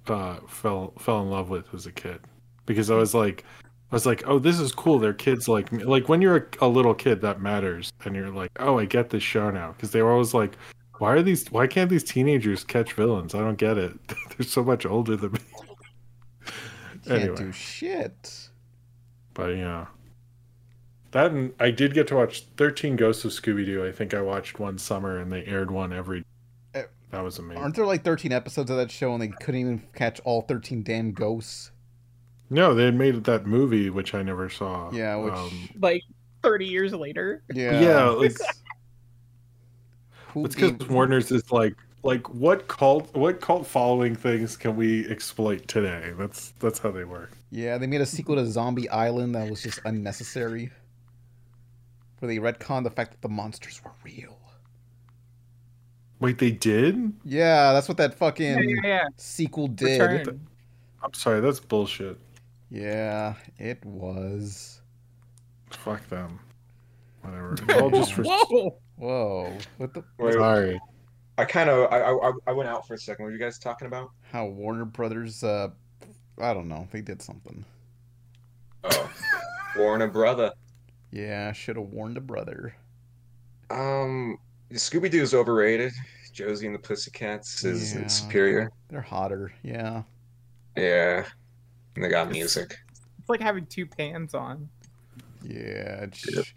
D: uh, fell fell in love with as a kid because I was like I was like oh this is cool they're kids like me. like when you're a, a little kid that matters and you're like oh I get this show now because they were always like why are these why can't these teenagers catch villains I don't get it they're so much older than me
A: Can't
D: anyway.
A: do shit.
D: but yeah that and I did get to watch Thirteen Ghosts of Scooby Doo I think I watched one summer and they aired one every
A: Eh,
D: that was amazing.
A: Aren't there like 13 episodes of that show and they couldn't even catch all 13 damn ghosts?
D: No, they had made that movie, which I never saw.
A: Yeah, which.
D: Um,
E: Like 30 years later.
A: yeah.
D: yeah, it's,
A: Who
D: it's because
A: even-
D: Warner's is like, like what cult, what cult following things can we exploit today? That's that's how they work.
A: Yeah, they made a sequel to Zombie Island that was just unnecessary. Where they retconned the fact that the monsters were real.
D: Wait, they did?
A: Yeah, that's what that
E: Yeah,
A: fucking
E: yeah, yeah.
A: sequel did.
E: Return.
D: I'm sorry, that's bullshit.
A: Yeah, it was.
D: Fuck them. Whatever. It's all just for
E: Whoa!
A: Whoa. What the?
C: Wait,
D: sorry.
C: I kind of I, I I went out for a second. What were you guys talking about?
A: How Warner Brothers, uh, I don't know. They did something.
C: Oh, Warner Brother.
A: Yeah, should have warned a brother.
C: Um, Scooby Doo is overrated. Josie and the Pussycats is
A: Yeah.
C: superior.
A: They're hotter. Yeah.
C: Yeah, and they got music.
E: It's like having two pans on.
A: Yeah. sh-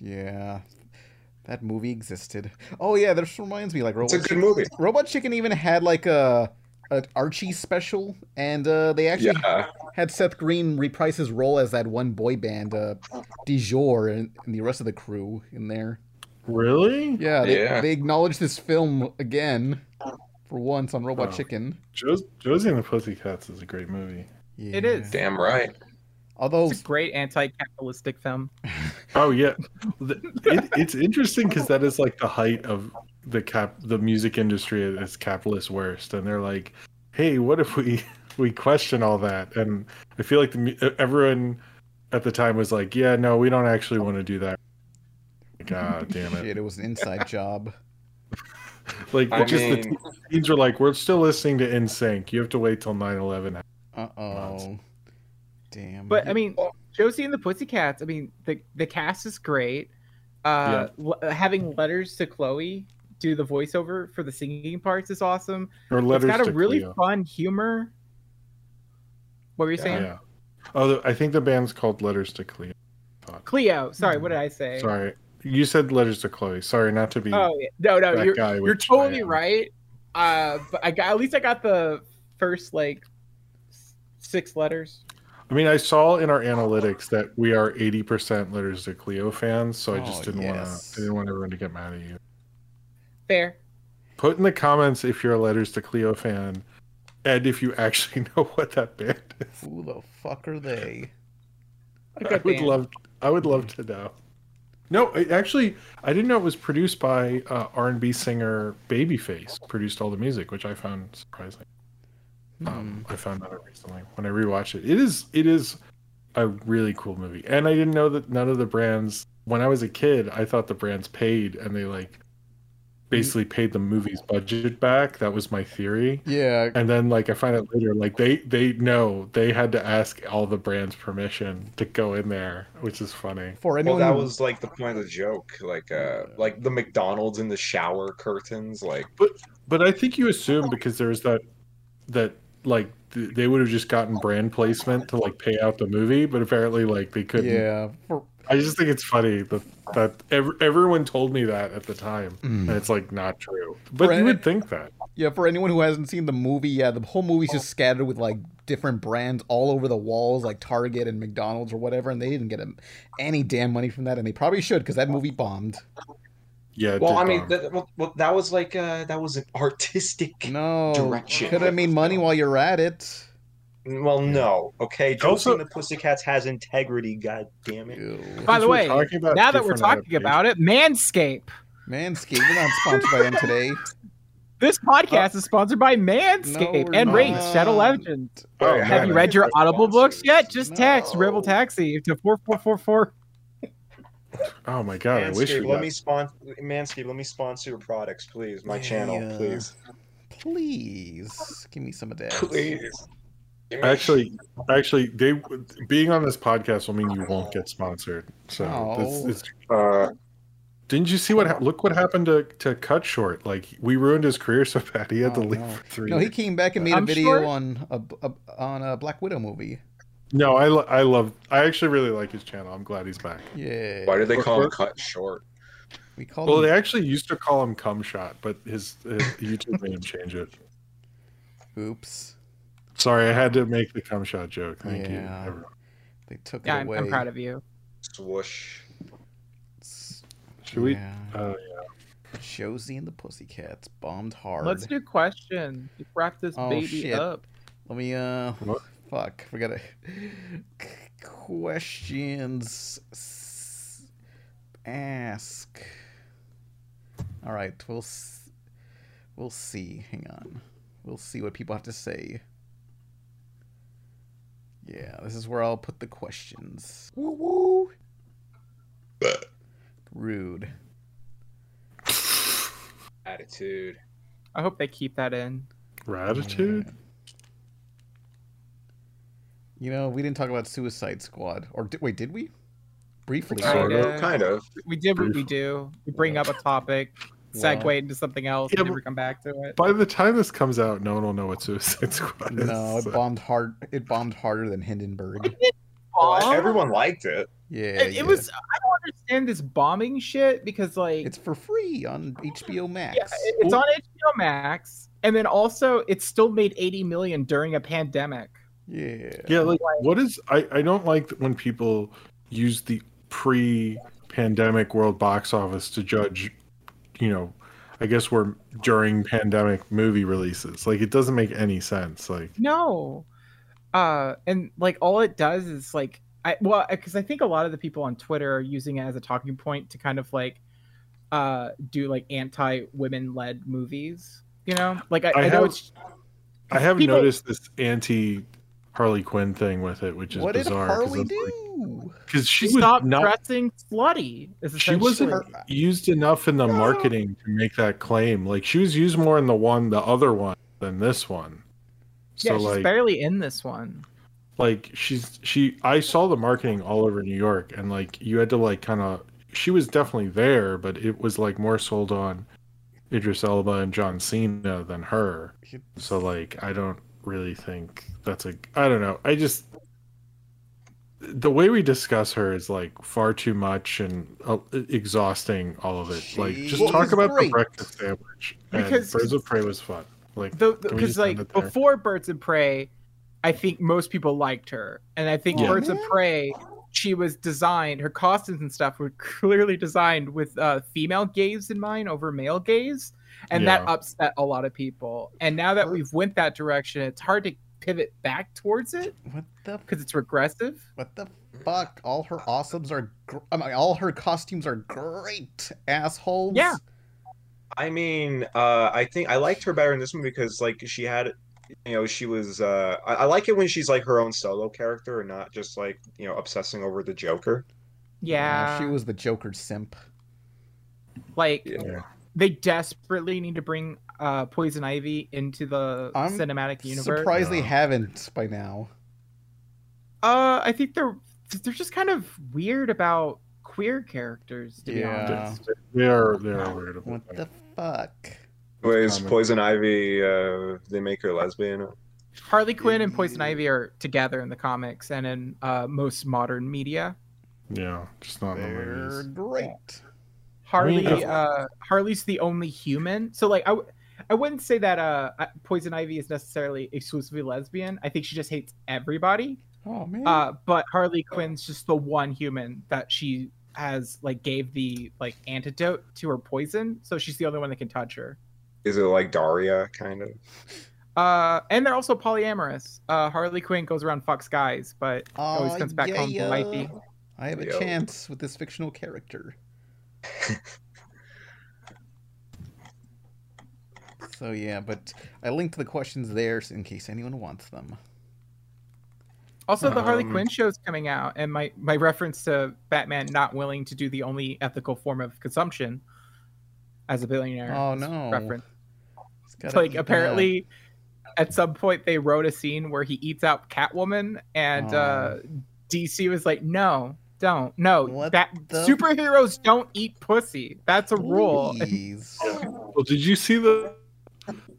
A: yeah. That movie existed. Oh yeah, this reminds me. Like
C: It's a
A: Robot,
C: good
A: Chicken,
C: movie.
A: Robot Chicken even had like a an Archie special, and uh, they actually
C: Yeah,
A: had Seth Green reprise his role as that one boy band, uh, Dijor, and, and the rest of the crew in there.
D: Really?
A: Yeah, they,
C: Yeah.
A: they acknowledged this film again for once on Robot
E: Oh.
D: Wow.
A: Chicken.
D: Jos- Josie and the Pussycats is a great movie.
A: Yeah.
E: is.
C: damn right.
A: Although
E: It's a great anti-capitalistic film.
D: Oh yeah, The- it, it's interesting because that is like the height of the cap the music industry at its capitalist worst, and they're like, "Hey, what if we we question all that?" And I feel like the, mu- e, everyone at the time was like, "Yeah, no, we don't actually want to do that." God damn it!
A: shit, it was an inside job.
D: Like
C: I
D: just the
C: mean-
D: te- teens were like, "We're still listening to NSYNC. You have to wait till 9/11."
A: Uh oh. Damn.
D: Mm-hmm.
E: But I mean, Josie and the Pussycats. I mean, the the cast is great. Uh, l- having letters to Chloe do the voiceover for the singing parts is awesome.
D: Or letters
E: it's got a
D: to
E: really
D: Cleo.
E: fun humor. What were you saying?
D: Yeah. Oh, the- I think the band's called Letters to Cleo.
E: Cleo. Sorry, what did I say?
D: Sorry. You said letters to Chloe. Sorry, not to be
E: Oh yeah. no, no,
D: that
E: you're
D: guy.
E: you're
D: which I
E: totally
D: am.
E: right. Uh, but I got at least I got the first like s- six letters.
D: I mean, I saw in our analytics that we are 80% letters to Cleo fans, so I
A: Oh,
D: just didn't
A: yes.
D: want to. I didn't want everyone to get mad at you.
E: Fair.
D: Put in the comments if you're a letters to Cleo fan, and if you actually know what that band is.
A: who the fuck are they?
E: Like
D: I
E: a
D: would
E: band.
D: love. I would love to know. No, it, actually, I didn't know it was produced by uh, R&B singer Babyface. Produced all the music, which I found surprising.
E: Oh.
A: Hmm.
D: Um, I found that out recently when I rewatched it. It is it is a really cool movie, and I didn't know that none of the brands. When I was a kid, I thought the brands paid, and they like basically paid the movie's budget back. That was my theory.
A: Yeah,
D: And then like I find out later, like they they know they had to ask all the brands permission to go in there, which is funny.
A: for
C: Well,
A: anyone
C: that
A: who-
C: was like the point of the joke, like uh, like the McDonald's in the shower curtains, like
D: But I think you assume because there's that that like th- they would have just gotten brand placement to like pay out the movie, but apparently like they couldn't.
A: yeah, for,
D: I just think it's funny that that ev- everyone told me that at the time,
A: Mm-hmm.
D: and it's like not true. But
A: Right.
D: you would think that.
A: yeah, for anyone who hasn't seen the movie, yeah, the whole movie's just scattered with like different brands all over the walls, like Target and McDonald's or whatever, and they didn't get um, any damn money from that, and they probably should because that movie bombed.
D: Yeah. it
C: Well,
D: did
C: I mean,
D: bomb.
C: that, well, well, that was like uh, that was an artistic.
A: No,
C: Direction.
A: could have made money while you're at it.
C: Well, no, okay. Josie
D: Also-
C: and the Pussycats has integrity. God damn it!
E: By
D: Since
E: the
D: we're
E: way,
D: talking about
E: now that we're
D: different
E: talking about it, Manscaped.
A: Manscaped, we're not sponsored by them today.
E: This podcast is sponsored by Manscaped
A: Uh, we're
E: and Rings
A: not.
E: Shadow Legend.
D: Oh,
C: Have
E: Have
D: man,
E: you read your Audible books yet? Just text
A: No.
E: Rebel Taxi to four four four four.
D: Oh my god! I wish we
C: Manscaped, let
D: got-
C: me sponsor Manscaped. Let me sponsor your products, please. My
A: Yeah.
C: channel, please.
A: Please give me some of that.
D: Actually, actually, they being on this podcast will mean you won't get sponsored. So this,
A: Oh.
D: it's
C: Uh,
D: Didn't you see what? hap- Look what happened to to Cut Short. Like we ruined his career so bad he had to
A: Oh,
D: leave
A: no.
D: for three.
A: No,
D: No,
A: he came back and made a
E: I'm
A: video
E: sure-
A: on a, a- on a Black Widow movie.
D: no I lo- I love. I actually really like his channel. I'm glad he's back.
A: Yeah.
C: why did they call him cut short?
A: we called
D: Well,
A: him
D: they actually used to call him Cum Shot, but his, his YouTube made him change it.
A: Oops.
D: Sorry, I had to make the Cum Shot joke. Thank
A: Yeah.
D: you. everyone.
A: They took
E: Yeah,
A: it
E: I'm,
A: away.
E: I'm proud of you.
C: Swoosh.
A: It's-
D: Should we?
A: yeah.
D: uh,
A: Josie and the Pussycats bombed hard.
E: Let's do questions. Let's wrap this
A: Oh,
E: baby
A: shit.
E: up.
A: Let me uh
D: What?
A: fuck, we gotta questions s- ask. All right, we'll s- we'll see. Hang on. We'll see what people have to say. Yeah, this is where I'll put the questions. Woo woo. Rude.
C: Attitude.
E: I hope they keep that in.
D: Ratitude.
A: You know, we didn't talk about Suicide Squad. Or di- wait, did we? Briefly.
E: Sort of.
C: Kind of.
E: We did what we
D: Brief.
E: do. We bring up a topic, segue into something else,
D: Yeah,
E: and then
D: but-
E: we come back to it.
D: By the time this comes out, no one will know what Suicide Squad is.
A: No,
D: so-
A: it bombed hard. It bombed harder than Hindenburg.
E: Bomb?
C: Everyone liked it.
A: Yeah,
E: It,
A: yeah.
E: it was. I don't understand this bombing shit because like
A: It's for free on HBO Max.
E: yeah, it- it's on HBO Max, and then also it still made eighty million during a pandemic.
A: Yeah.
D: Yeah, like what is I I don't like when people use the pre-pandemic world box office to judge, you know, I guess we're during pandemic movie releases. Like it doesn't make any sense. Like
E: No, uh, and like all it does is like I well because I think a lot of the people on Twitter are using it as a talking point to kind of like uh do like anti women led movies. You know, like I,
D: I
E: I, know
D: have-
E: it's
D: I have
E: People-
D: noticed this anti Harley Quinn thing with it, which is
A: What did
D: bizarre.
A: Harley do?
D: Because she
E: she
D: was
E: stopped
D: not
E: dressing slutty. is
D: she wasn't
E: essentially-
A: uh,
D: used enough in the marketing to make that claim. Like she was used more in the one, the other one, than this one.
E: Yeah,
D: So
E: she's
D: like,
E: barely in this one.
D: like she's she i saw the marketing all over new york and like you had to like kind of she was definitely there but it was like more sold on idris elba and john cena than her so like i don't really think that's a i don't know i just the way we discuss her is like far too much and uh, exhausting all of it like just
A: She was
D: talk about
A: great.
D: the breakfast sandwich
E: Because-
D: and birds of prey was fun like can we
E: Because
D: just end
E: like
D: it there?
E: before Birds of Prey, I think most people liked her, and I think
D: Yeah.
E: Birds of Prey, she was designed. Her costumes and stuff were clearly designed with uh, female gaze in mind over male gaze, and that
D: Yeah.
E: upset a lot of people. And now that we've went that direction, it's hard to pivot back towards it
A: What the
E: because it's regressive.
A: what the fuck? All her awesomes are. Gr- I mean, all her costumes are great. Assholes. Uh,
E: Yeah.
C: I mean, uh, I think I liked her better in this one because, like, she had, you know, she was. Uh, I, I like it when she's like her own solo character and not just like you know obsessing over the Joker.
E: Yeah,
A: she was the Joker simp.
E: like
C: Yeah.
E: they desperately need to bring uh, Poison Ivy into the
A: I'm
E: cinematic universe.
A: Surprised they
D: No.
A: haven't by now.
E: Uh, I think they're they're just kind of weird about queer characters. To be
A: Yeah.
E: honest,
D: They are they are weird about
A: What
D: that.
A: the fuck?
C: Anyways,
D: Common.
C: Poison Ivy, uh, they make her lesbian.
E: Harley Quinn and Poison Ivy are together in the comics and in uh, most modern media.
D: Yeah, just not in the
A: They're
D: movies.
A: great.
E: Harley,
D: I mean, if-
E: uh, Harley's the only human. So like, I, w- I wouldn't say that uh, I- Poison Ivy is necessarily exclusively lesbian. I think she just hates everybody.
A: Oh
D: Hmm.
A: man.
E: Uh, but Harley Quinn's just the one human that she has like gave the like antidote to her poison, so she's the only one that can touch her.
C: Is it like Daria, kind of?
E: Uh, and they're also polyamorous. Uh, Harley Quinn goes around fucks guys, but always
A: Aw,
E: oh, comes back home to
A: Oh, yeah.
E: wifey.
A: I have a
C: Yo.
A: chance with this fictional character. so yeah, but I linked the questions there in case anyone wants them.
E: Also, the Harley
C: Um,
E: Quinn show's coming out, and my my reference to Batman not willing to do the only ethical form of consumption as a billionaire.
A: Oh,
E: is
A: no.
E: Reference.
A: It's gotta
E: Like
A: be bad.
E: apparently, at some point they wrote a scene where he eats out Catwoman, and
A: Oh.
E: uh, DC was like, "No, don't, no,
A: What
E: that
A: the-
E: superheroes don't eat pussy. That's a rule."
A: Please.
D: Well, did you see the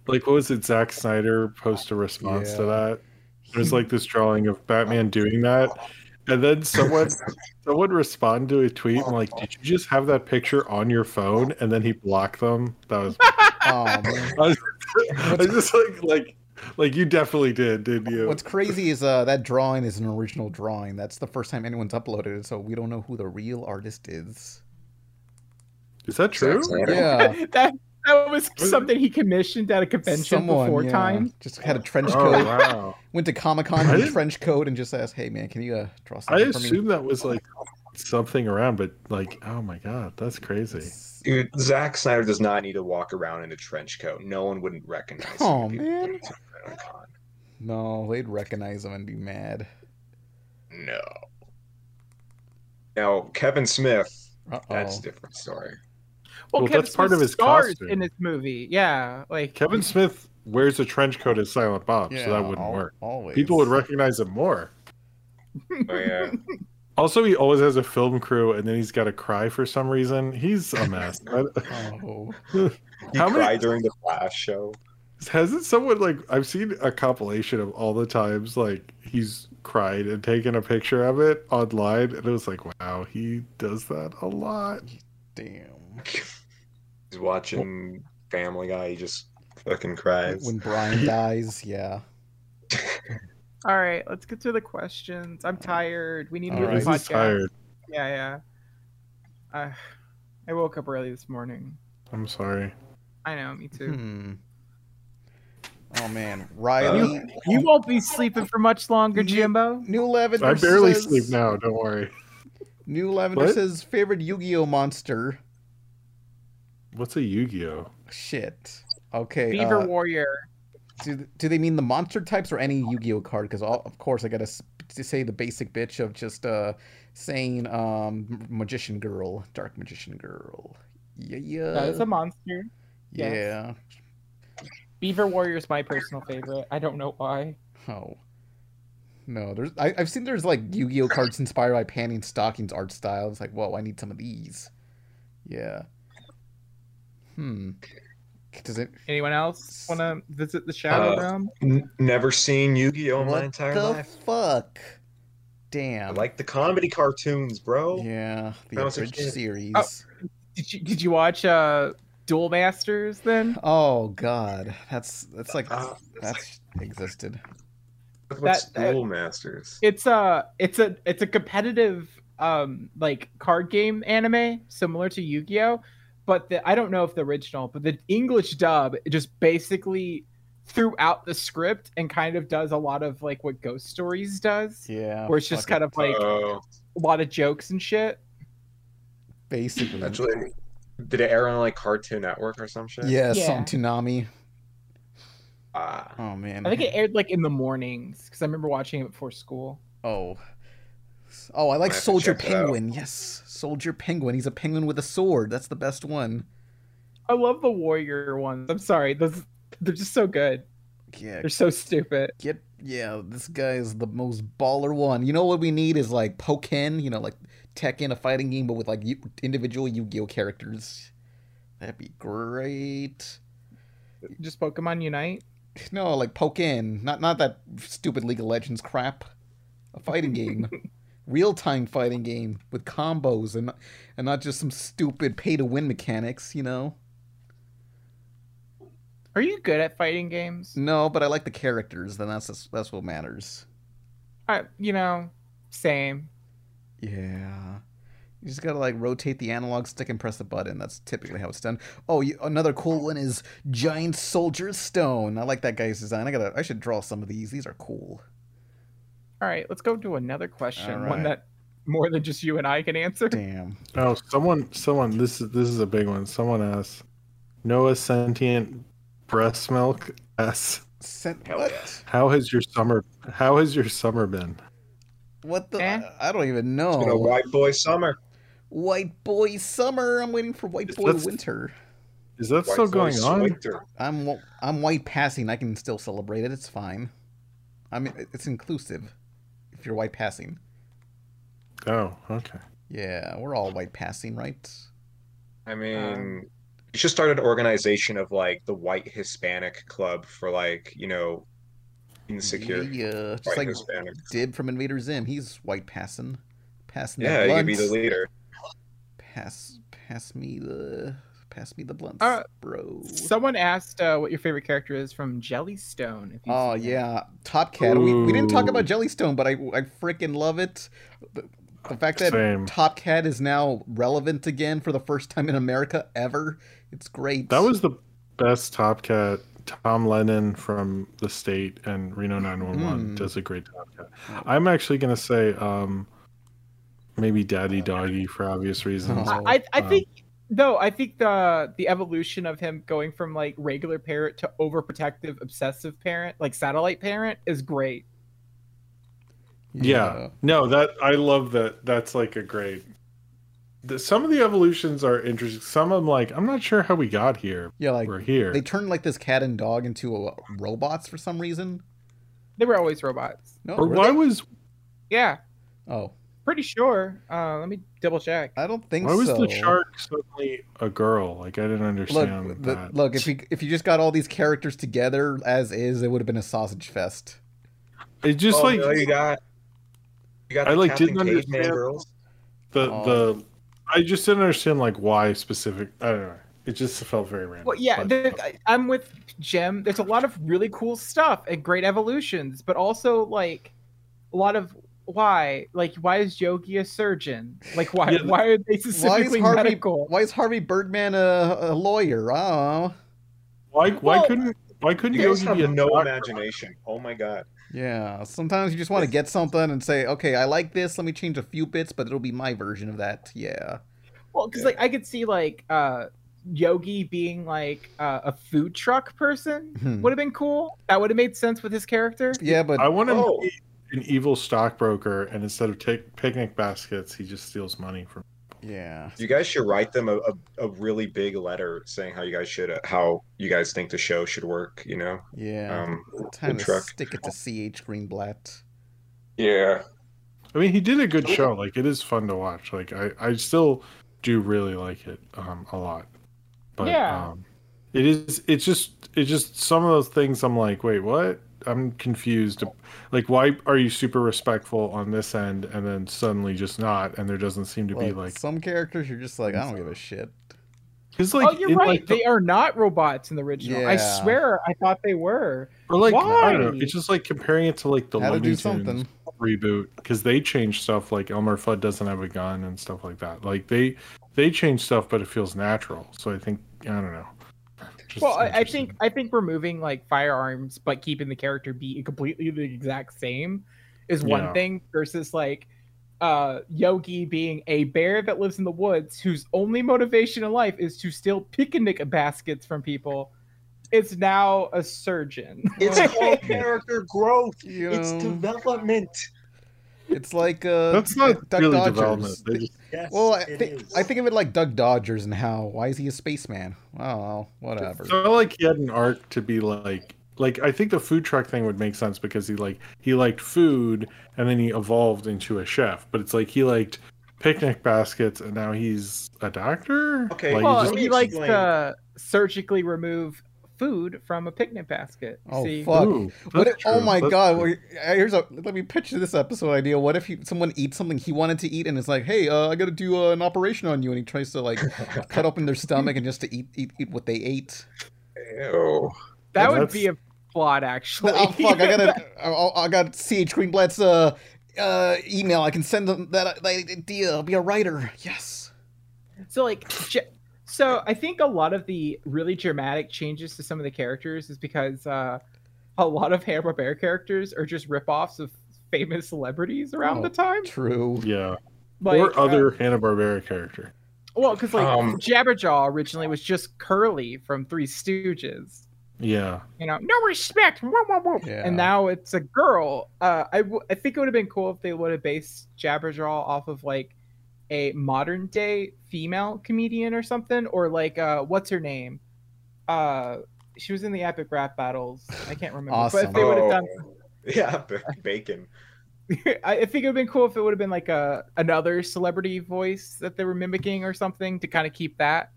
D: like what was it? Zack Snyder post a response to
A: Yeah.
D: that. There's like this drawing of Batman doing that, and then someone someone responded to a tweet and like, did you just have that picture on your phone? And then he blocked them. That was
A: oh man.
D: I was, I was just like like like you definitely did, didn't you?
A: What's crazy is uh, that drawing is an original drawing. That's the first time anyone's uploaded it, so we don't know who the real artist is.
D: Is that true?
C: Zack Snyder.
A: Yeah,
E: that that was something he commissioned at a convention before
A: yeah,
E: time.
A: just had a trench
D: Oh
A: coat,
D: wow!
A: went to Comic Con
D: I
A: in a
D: didn't-
A: trench coat, and just asked, "Hey man, can you uh, draw
D: I
A: something for me?"
D: assume that was like something around, but like, oh my god, that's crazy.
C: Dude, Zack Snyder does not need to walk around in a trench coat. No one wouldn't recognize him.
A: Oh,
C: if he was
A: man.
C: doing something at a con.
A: No, they'd recognize him and be mad.
C: No. Now, Kevin Smith,
A: Uh
C: that's
A: oh.
C: a different story.
D: Well,
E: Well, Kevin
D: that's part
E: Smith
D: of his
E: stars
D: costume.
E: in this movie. Yeah, like
D: Kevin Smith wears a trench coat as Silent Bob, so that wouldn't work.
A: Always.
D: People would recognize him more.
C: Oh, yeah.
D: Also, he always has a film crew, and then he's got to cry for some reason. He's a mess. I-
A: Oh.
C: He
D: How many-
C: cried during the Flash show.
D: Hasn't someone like I've seen a compilation of all the times like he's cried and taken a picture of it online, and it was like, wow, he does that a lot.
A: Damn.
C: He's watching Family Guy. He just fucking cries.
A: When Brian dies, yeah.
E: All right, let's get to the questions. I'm tired. We need to
A: All
E: do
A: right.
E: the
D: Uh, He's
E: podcast.
D: tired.
E: Yeah, yeah. Uh, I woke up early this morning.
D: I'm sorry.
E: I know, me too.
A: Hmm. Oh man, Riley,
E: You won't be sleeping for much longer,
A: You-
E: Jimbo.
A: New Lavender.
D: I barely
A: says-
D: sleep now. Don't worry.
A: New Lavender
D: What?
A: says favorite Yu-Gi-Oh monster.
D: What's a Yu-Gi-Oh?
A: Shit. Okay.
E: Beaver
A: uh,
E: Warrior.
A: do, do they mean the monster types or any Yu-Gi-Oh card? Because of course I gotta s- to say the basic bitch of just uh saying um magician girl, dark magician girl. Yeah, yeah,
E: That is a monster. yes.
A: yeah.
E: Beaver Warrior is my personal favorite. I don't know why.
A: Oh. No, there's I, I've seen there's like Yu-Gi-Oh cards inspired by Panty and Stockings art style. It's like, whoa, I need some of these. Yeah. Hmm. Does it
E: Anyone else want to visit the Shadow
C: Uh,
E: Realm?
C: N- never seen Yu-Gi-Oh in my
A: what
C: entire
A: the
C: life.
A: fuck?
C: I
A: Damn.
C: like the comedy cartoons, bro.
A: yeah,
C: I
A: the
C: was a
A: Abridged
C: kid.
A: series.
E: Oh. Did you Did you watch uh, Duel Masters then?
A: Oh god, that's that's like
C: Uh,
A: that's existed.
C: What's
E: that- that-
C: Duel Masters?
E: it's a it's a it's a competitive um like card game anime similar to Yu-Gi-Oh but the, I don't know if the original but the English dub just basically throughout the script and kind of does a lot of like what ghost stories does
A: Yeah.
E: where it's just kind of like
C: oh,
E: a lot of jokes and shit
A: basically.
C: actually, did it air on like Cartoon Network or some shit?
A: Yes,
E: Yeah.
A: on Toonami.
C: Ah.
A: Oh man.
E: I think it aired like in the mornings cuz I remember watching it before school
A: Oh. Oh, I like
C: I have to
A: Soldier
C: check that out.
A: Penguin. Yes, Soldier Penguin. He's a penguin with a sword. That's the best one.
E: I love the warrior ones. I'm sorry, those they're just so good.
A: Yeah,
E: They're so stupid.
A: get yeah, this guy is the most baller one. You know what we need is like Pokken, you know, like Tekken, a fighting game, but with like Yu- individual Yu-Gi-Oh characters. That'd be great.
E: Just Pokemon Unite.
A: No, like Pokken, not not that stupid League of Legends crap. A fighting game, real time fighting game with combos and and not just some stupid pay to win mechanics. You know.
E: Are you good at fighting games?
A: No, but I like the characters. Then that's that's, that's what matters.
E: I, you know, same.
A: Yeah. You just gotta like rotate the analog stick and press the button. That's typically how it's done. Oh, you, another cool one is Giant Soldier Stone. I like that guy's design. I gotta, I should draw some of these. These are cool.
E: All right, let's go to another question.
A: All right.
E: One that more than just you and I can answer.
A: Damn.
D: Oh, someone, someone. This is this is a big one. Someone asked, Noah sentient breast milk asks,
A: Sent, what?
D: how has your summer? How has your summer been?
A: What the?
E: Eh?
A: I don't even
C: It's been a
A: know.
C: white boy summer.
A: White boy summer. I'm waiting for white
D: It's-
A: boy
D: let's-
A: winter.
D: Is that
C: White
D: still
C: boy
D: going on?
C: winter.
A: I'm wa- I'm white passing. I can still celebrate it. It's fine. I mean, it's inclusive. If you're white passing,
D: Oh, okay.
A: yeah, we're all white passing, right?
C: I mean, you should start an organization of like the White Hispanic Club for like, you know, insecure
A: Yeah, just
C: White
A: like
C: Hispanic.
A: Dib from Invader Zim. He's white passing, passing
C: Yeah,
A: the
C: you
A: blunts.
C: could be the leader.
A: Pass, pass me the, pass me the blunts,
E: Uh,
A: bro.
E: Someone asked uh, what your favorite character is from Jellystone. If you've
A: Oh
E: seen it.
A: yeah, Top Cat. We, we didn't talk
D: Ooh.
A: about Jellystone, but I I freaking love it. The, the fact that
D: Same.
A: Top Cat is now relevant again for the first time in America ever. It's great.
D: That was the best Top Cat. Tom Lennon from the state and Reno 911
A: Mm.
D: does a great Top Cat. I'm actually gonna say, um, maybe Daddy Doggy for obvious reasons.
A: Oh.
E: I, I, I
D: Um,
E: think no, I think the the evolution of him going from like regular parent to overprotective obsessive parent, like satellite parent, is great.
D: Yeah. No, that I love that. That's like a great. The, some of the evolutions are interesting. Some I'm like, I'm not sure how we got here.
A: yeah, like
D: We're here.
A: they turned like this cat and dog into uh robots for some reason.
E: They were always robots.
A: No,
D: or
A: were
D: why was
E: Yeah,
A: they? oh,
E: pretty sure. Uh, let me double check.
A: I don't think
D: why was
A: so.
D: the shark suddenly a girl? Like I didn't understand
A: Look, the,
D: that.
A: look. If you if you just got all these characters together as is, it would have been a sausage fest.
D: it just
C: oh,
D: like
C: no, you got you got
D: I,
C: the
D: like,
C: Captain
D: didn't
C: Caveman
D: understand-
C: girls.
D: the
A: Oh.
D: the. I just didn't understand like why specific. I don't know. It just felt very random.
E: Well, yeah,
D: But-
E: there, I- I'm with Jim. There's a lot of really cool stuff and great evolutions, but also like a lot of why, like why is Yogi a surgeon? Like why
D: Yeah,
E: why are they
A: Why is
E: specifically
A: Harvey
E: medical?
A: Why is Harvey Birdman a, a lawyer? Oh,
D: why why
E: well,
D: couldn't why couldn't
C: You guys
D: Yogi
C: have
D: be a
C: no
D: doctor?
C: imagination. Oh my god.
A: yeah. Sometimes you just want to get something and say, okay, I like this. Let me change a few bits, but it'll be my version of that. Yeah.
E: Well, because like I could see like uh Yogi being like uh, a food truck person
A: Hmm.
E: would have been cool. That would have made sense with his character.
A: Yeah, but
D: I want him
C: Oh.
D: to be an evil stockbroker, and instead of take picnic baskets, he just steals money from.
A: yeah.
C: You guys should write them a, a, a really big letter saying how you guys should uh, how you guys think the show should work, you know?
A: Yeah.
C: Um
A: Time
C: food
A: to
C: truck.
A: stick it to CH Greenblatt.
C: yeah.
D: I mean, he did a good show. Like, it is fun to watch. Like, I, I still do really like it um, a lot. But
E: Yeah.
D: um, it is. It's just. It's just some of those things. I'm like, wait, what? I'm confused. Like, why are you super respectful on this end, and then suddenly just not? And there doesn't seem to be
A: Like,
D: like.
A: some characters, you're just like, I don't give a shit.
D: Because like,
E: oh, you're
D: in,
E: right.
D: like, the-
E: they are not robots in the original. I
A: Yeah.
E: swear, I thought they were.
D: or like I don't
E: Why?
D: know. It's just like comparing it to like the
A: Had to
D: Looney
A: do
D: Tunes
A: something.
D: reboot because they changed stuff like Elmer Fudd doesn't have a gun and stuff like that. Like they they change stuff, but it feels natural. So I think I don't know. Just
E: Well, I, I
D: interesting.
E: think I think removing like firearms but keeping the character be completely the exact same is one
D: Yeah.
E: thing versus like uh Yogi being a bear that lives in the woods whose only motivation in life is to steal picnic baskets from people. It's now a surgeon.
C: It's all character growth.
A: You know?
C: development.
H: It's like uh,
D: That's not
H: Duck
D: really
H: Dodgers.
D: development. They just,
I: Yes,
H: Well, I,
I: it
H: think
I: is.
H: I think of it like Doug Dodgers and how why is he a spaceman? Oh, well, whatever.
D: I felt like he had an arc to be like like I think the food truck thing would make sense because he like he liked food and then he evolved into a chef. But it's like he liked picnic baskets and now he's a doctor.
I: Okay,
D: like, he
E: Well,
I: just-
E: he
I: Let me
E: likes
I: explain.
E: to surgically remove food from a picnic basket.
H: Oh
E: See,
H: fuck!
D: Ooh,
H: What if,
D: that's
H: oh
D: true.
H: my
D: That's
H: god!
D: true.
H: we- uh, Here's a let me picture this episode idea. What if he, someone eats something he wanted to eat and it's like, hey, uh, I got to do uh, an operation on you, and he tries to like cut open their stomach and just to eat eat, eat what they ate.
C: Ew.
E: that
D: Yeah,
E: would be a plot, actually.
H: Oh fuck! I gotta
A: oh,
H: I, I got CH Greenblatt's uh, uh email. I can send them that, that idea. I'll be a writer. Yes.
E: So like, ge- so I think a lot of the really dramatic changes to some of the characters is because uh, a lot of Hanna Barbera characters are just ripoffs of famous celebrities around
H: Oh.
E: the time,
H: True.
D: Yeah.
E: like
D: or
E: uh,
D: other Hanna Barbera character.
E: well, because like
C: Um,
E: Jabberjaw originally was just Curly from Three Stooges.
D: Yeah.
E: you know, no respect. wah, wah, wah.
H: Yeah.
E: And now it's a girl. Uh, I, w- I think it would have been cool if they would have based Jabberjaw off of like a modern day female comedian or something, or like uh, what's her name? Uh, she was in the epic rap battles. I can't remember. But
H: Awesome.
E: if they would have done,
C: Oh. Yeah, b- bacon.
E: I I think it would have been cool if it would have been like a another celebrity voice that they were mimicking or something to kind of keep that.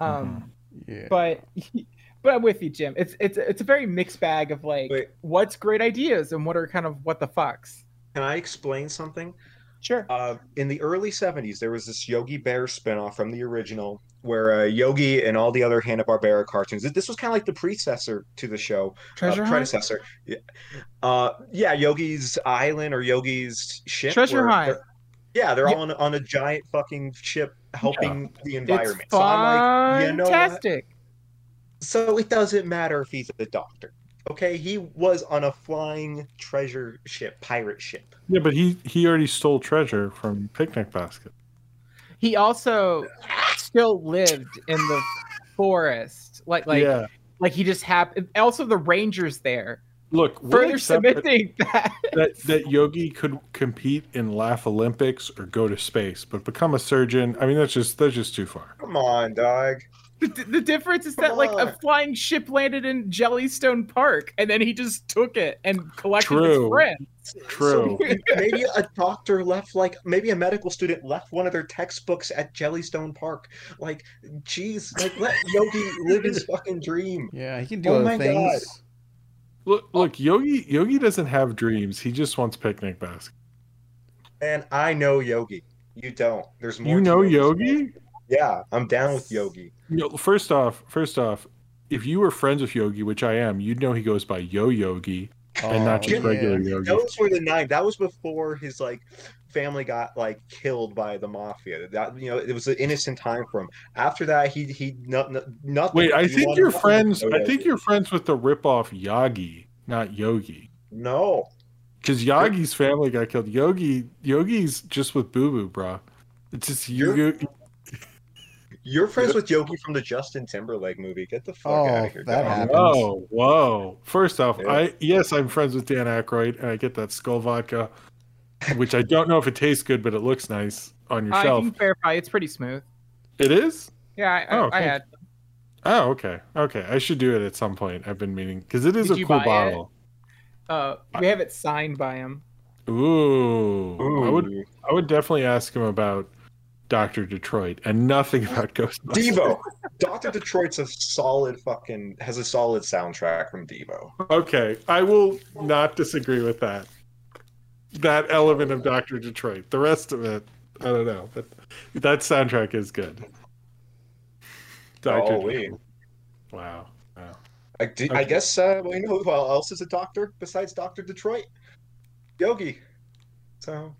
E: Um,
H: Mm-hmm. Yeah.
E: but but I'm with you, Jim. It's it's it's a very mixed bag of like
C: Wait.
E: what's great ideas and what are kind of what the fucks.
C: Can I explain something?
E: Sure.
C: Uh, in the early 70s, there was this Yogi Bear spinoff from the original where uh, Yogi and all the other Hanna-Barbera cartoons, this was kind of like the predecessor to the show,
E: Treasure
C: uh,
E: hunt.
C: predecessor. Yeah. Uh, yeah, Yogi's Island or Yogi's ship.
E: Treasure
C: where
E: hunt.
C: they're- Yeah, they're
E: Yeah.
C: on on a giant fucking ship helping the
E: It's
C: environment. So I'm like, you know what?
E: fantastic.
C: So it doesn't matter if he's a doctor. Okay, he was on a flying treasure ship, pirate ship.
D: Yeah, but he he already stole treasure from picnic basket.
E: he also still lived in the forest. Like like
D: yeah.
E: like he just happened. Also, the rangers there
D: Look, we'll
E: further
D: accept it
E: submitting that.
D: that that Yogi could compete in Laugh Olympics or go to space, but become a surgeon. I mean, that's just that's just too far.
C: Come on, dog.
E: The, the difference is that
C: Come
E: like a
C: on.
E: flying ship landed in Jellystone Park, and then he just took it and collected
D: True.
E: his friends.
D: True.
C: maybe a doctor left like maybe a medical student left one of their textbooks at Jellystone Park. Like, jeez, like let Yogi live his fucking dream.
H: Yeah, he can do
C: Oh
H: other
C: my God.
H: things.
D: Look, look, Yogi Yogi doesn't have dreams. He just wants picnic basket.
C: And I know Yogi. You don't. There's more.
D: You
C: to
D: know
C: Yogi's story.
D: Yogi?
C: Yeah, I'm down with Yogi.
D: Yo, first off, first off, if you were friends with Yogi, which I am, you'd know he goes by Yo Yogi and
A: Oh,
D: not just
C: yeah.
D: regular Yogi.
C: Those were the nine. That was before his like family got like killed by the mafia. That you know, it was an innocent time for him. After that, he he no, no, nothing.
D: Wait, I
C: He
D: think
C: wanted
D: you're
C: nothing to
D: friends.
C: do with
D: I think
C: Yogi.
D: you're friends with the ripoff Yagi, not Yogi.
C: no.
D: Because Yagi's family got killed. Yogi, Yogi's just with Boo Boo, bro. It's just you.
C: You're-
D: you-
C: You're friends with Yogi from the Justin Timberlake movie. Get the fuck
H: Oh,
C: out of here.
H: that
C: dog.
H: happened.
D: Whoa, whoa! First off,
C: Yeah.
D: I yes, I'm friends with Dan Aykroyd, and I get that skull vodka, which I don't know if it tastes good, but it looks nice on your
E: I
D: shelf.
E: can verify it's pretty smooth.
D: It is.
E: Yeah, I, I-
D: Oh,
E: I
D: thank
E: had.
D: Oh, okay, okay. I should do it at some point. I've been meaning because it is
E: Did
D: a
E: you
D: cool
E: buy it?
D: bottle.
E: Uh, we have it signed by him.
D: Ooh, I would,
C: Ooh.
D: I would definitely ask him about Doctor Detroit and nothing about Ghostbusters.
C: Devo. Doctor Detroit's a solid fucking has a solid soundtrack from Devo.
D: Okay, I will not disagree with that. That element of Doctor Detroit. The rest of it, I don't know, but that soundtrack is good. Dr.
C: Holy.
D: Detroit. Wow. Wow.
C: I, d- I
D: Okay.
C: guess uh, we know who else is a doctor besides Doctor Detroit. Yogi. So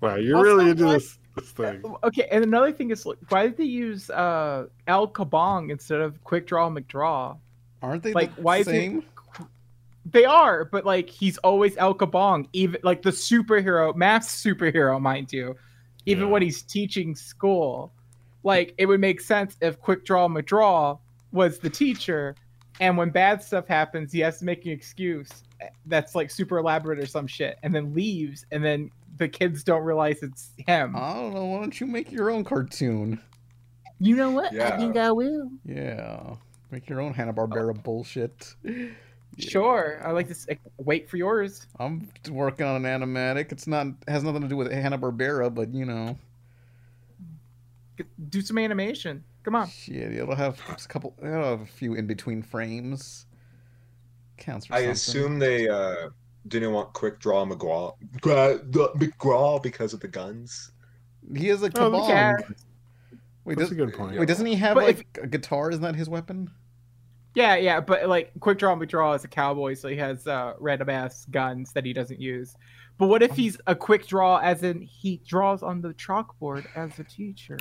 D: Wow, you're
E: Also,
D: really into
E: what-
D: this, this thing.
E: Okay, and another thing is, like, why did they use uh El Kabong instead of Quick Draw McDraw?
H: Aren't they
E: Like,
H: the
E: why is it-
H: same?
E: They are, but like he's always El Kabong, even like the superhero, math superhero, mind you, even
D: Yeah.
E: when he's teaching school. Like it would make sense if Quick Draw McDraw was the teacher, and when bad stuff happens, he has to make an excuse. eh, that's like super elaborate or some shit, and then leaves, and then the kids don't realize it's him.
A: I don't know. Why don't you make your own cartoon?
E: You know what?
C: Yeah.
E: I think I will.
A: Yeah, make your own Hanna Barbera bullshit.
E: Sure. I like to s- wait for yours.
A: I'm working on an animatic. It's not has nothing to do with Hanna Barbera, but you know,
E: G- Do some animation. Come on.
A: shit, it'll have a couple, it'll have a few in between frames. Counts for
C: I
A: something.
C: assume they uh, didn't want Quick Draw McGraw, Gra- the- McGraw because of the guns.
A: he has a
E: Oh, look
A: kabong. wait,
D: That's
A: does,
D: a good point.
A: wait, doesn't he have
E: But if-
A: like a guitar? Isn't that his weapon?
E: Yeah, yeah, but like Quick Draw McDraw is a cowboy, so he has uh, random ass guns that he doesn't use. But what if he's a quick draw, as in he draws on the chalkboard as a teacher?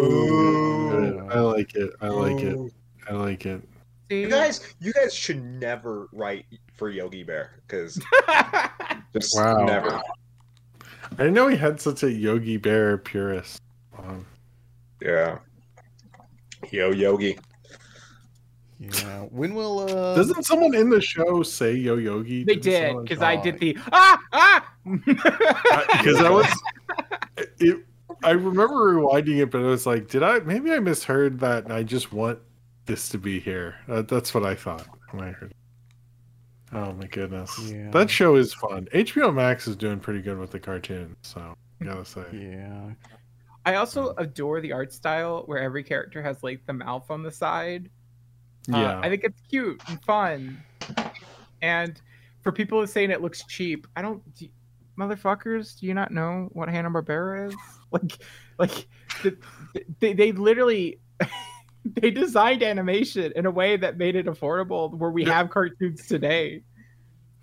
D: Ooh.
A: Ooh.
D: I like it. I like it.
C: Ooh.
D: I like it.
E: See?
C: You guys, you guys should never write for Yogi Bear because just
D: Wow.
C: never.
D: I didn't know he had such a Yogi Bear purist. Um,
C: Yeah. Yo, Yogi.
A: Yeah. When will uh?
D: doesn't someone in the show say Yo Yogi?
E: they
D: Didn't
E: did
D: someone-
E: because I did the ah ah.
D: because that was it, i remember rewinding it but i was like did i maybe i misheard that and i just want this to be here that, that's what i thought when i heard it. oh my goodness
A: Yeah.
D: that show is fun hbo max is doing pretty good with the cartoon so I gotta say
A: Yeah.
E: I also adore the art style where every character has like the mouth on the side. Uh,
D: yeah
E: I think it's cute and fun. And for people who are saying it looks cheap, I don't. Do, motherfuckers, do you not know what Hanna Barbera is? Like, like the, they they literally they designed animation in a way that made it affordable, where we have cartoons today.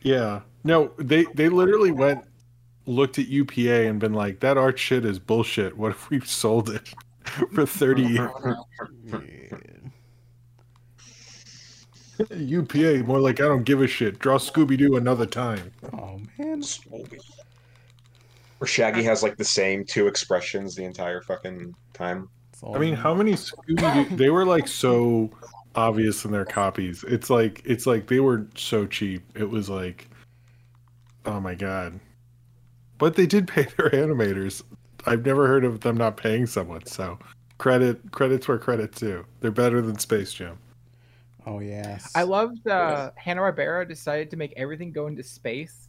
D: yeah no they they literally went looked at upa and been like that art shit is bullshit what if we sold it for 30 years
A: yeah.
D: upa more like i don't give a shit draw scooby-doo another time
A: Oh man.
C: Where Shaggy has like the same two expressions the entire fucking time.
A: It's all
D: I mean, how many Scooby? They were like so obvious in their copies. It's like it's like they were so cheap. It was like, oh my god. But they did pay their animators. I've never heard of them not paying someone. So credit credits where credit's due. They're better than Space Jam.
A: Oh yes.
E: I loved uh, Hanna Barbera decided to make everything go into space.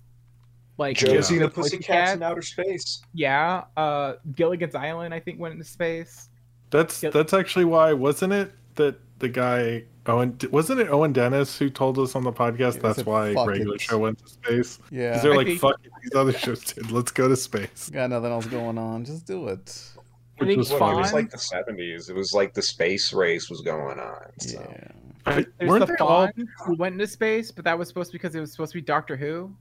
E: Like
C: Josie
D: Yeah.
C: the Pussycats in outer space.
E: yeah, uh, Gilligan's Island I think went into space.
D: That's
E: Yep.
D: that's actually why wasn't it that the guy Owen wasn't it Owen Dennis who told us on the podcast
A: Yeah,
D: that's
A: said,
D: why
A: "Fuck
D: regular
A: it."
D: show went to space
A: yeah.
D: because they're
E: I
D: like
E: think-
D: fuck it, these other shows did let's go to space
A: Got nothing else going on. Just do it.
E: I
D: Which
E: think
D: was
C: Well,
D: funny.
C: It was
E: Fawn-
C: like the seventies. It was like the space race was going on. So.
A: Yeah.
D: I,
E: There's
D: weren't
E: the
D: they all?
E: Fawn who went into space, but that was supposed to because it was supposed to be Doctor Who.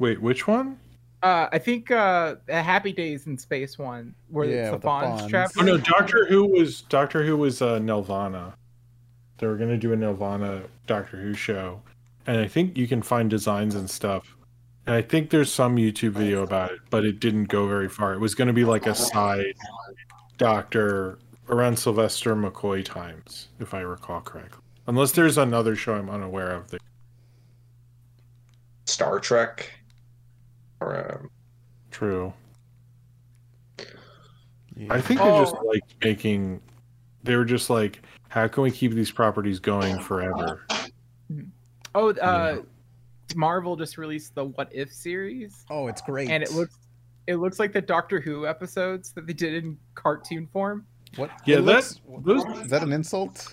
D: Wait, which one?
E: Uh, I think uh, the Happy Days in Space one where
A: Yeah,
E: it's the
A: with the
E: Fonz
A: Fonz.
E: trapped.
D: Oh no, Doctor Who was Doctor Who was uh, Nelvana. They were gonna do a Nelvana Doctor Who show, and I think you can find designs and stuff. And I think there's some YouTube video about it, but it didn't go very far. It was gonna be like a side Doctor around Sylvester McCoy times, if I recall correctly. Unless there's another show I'm unaware of. That,
C: Star Trek. Or um,
D: true.
A: Yeah.
D: I think
E: Oh.
D: they just like making. They were just like, how can we keep these properties going forever?
E: Oh, uh, Marvel just released the What If series,
A: Oh, it's great.
E: and it looks it looks like the Doctor Who episodes that they did in cartoon form.
A: What?
D: Yeah,
A: it
D: that's
A: looks-
D: those
A: Is that an insult?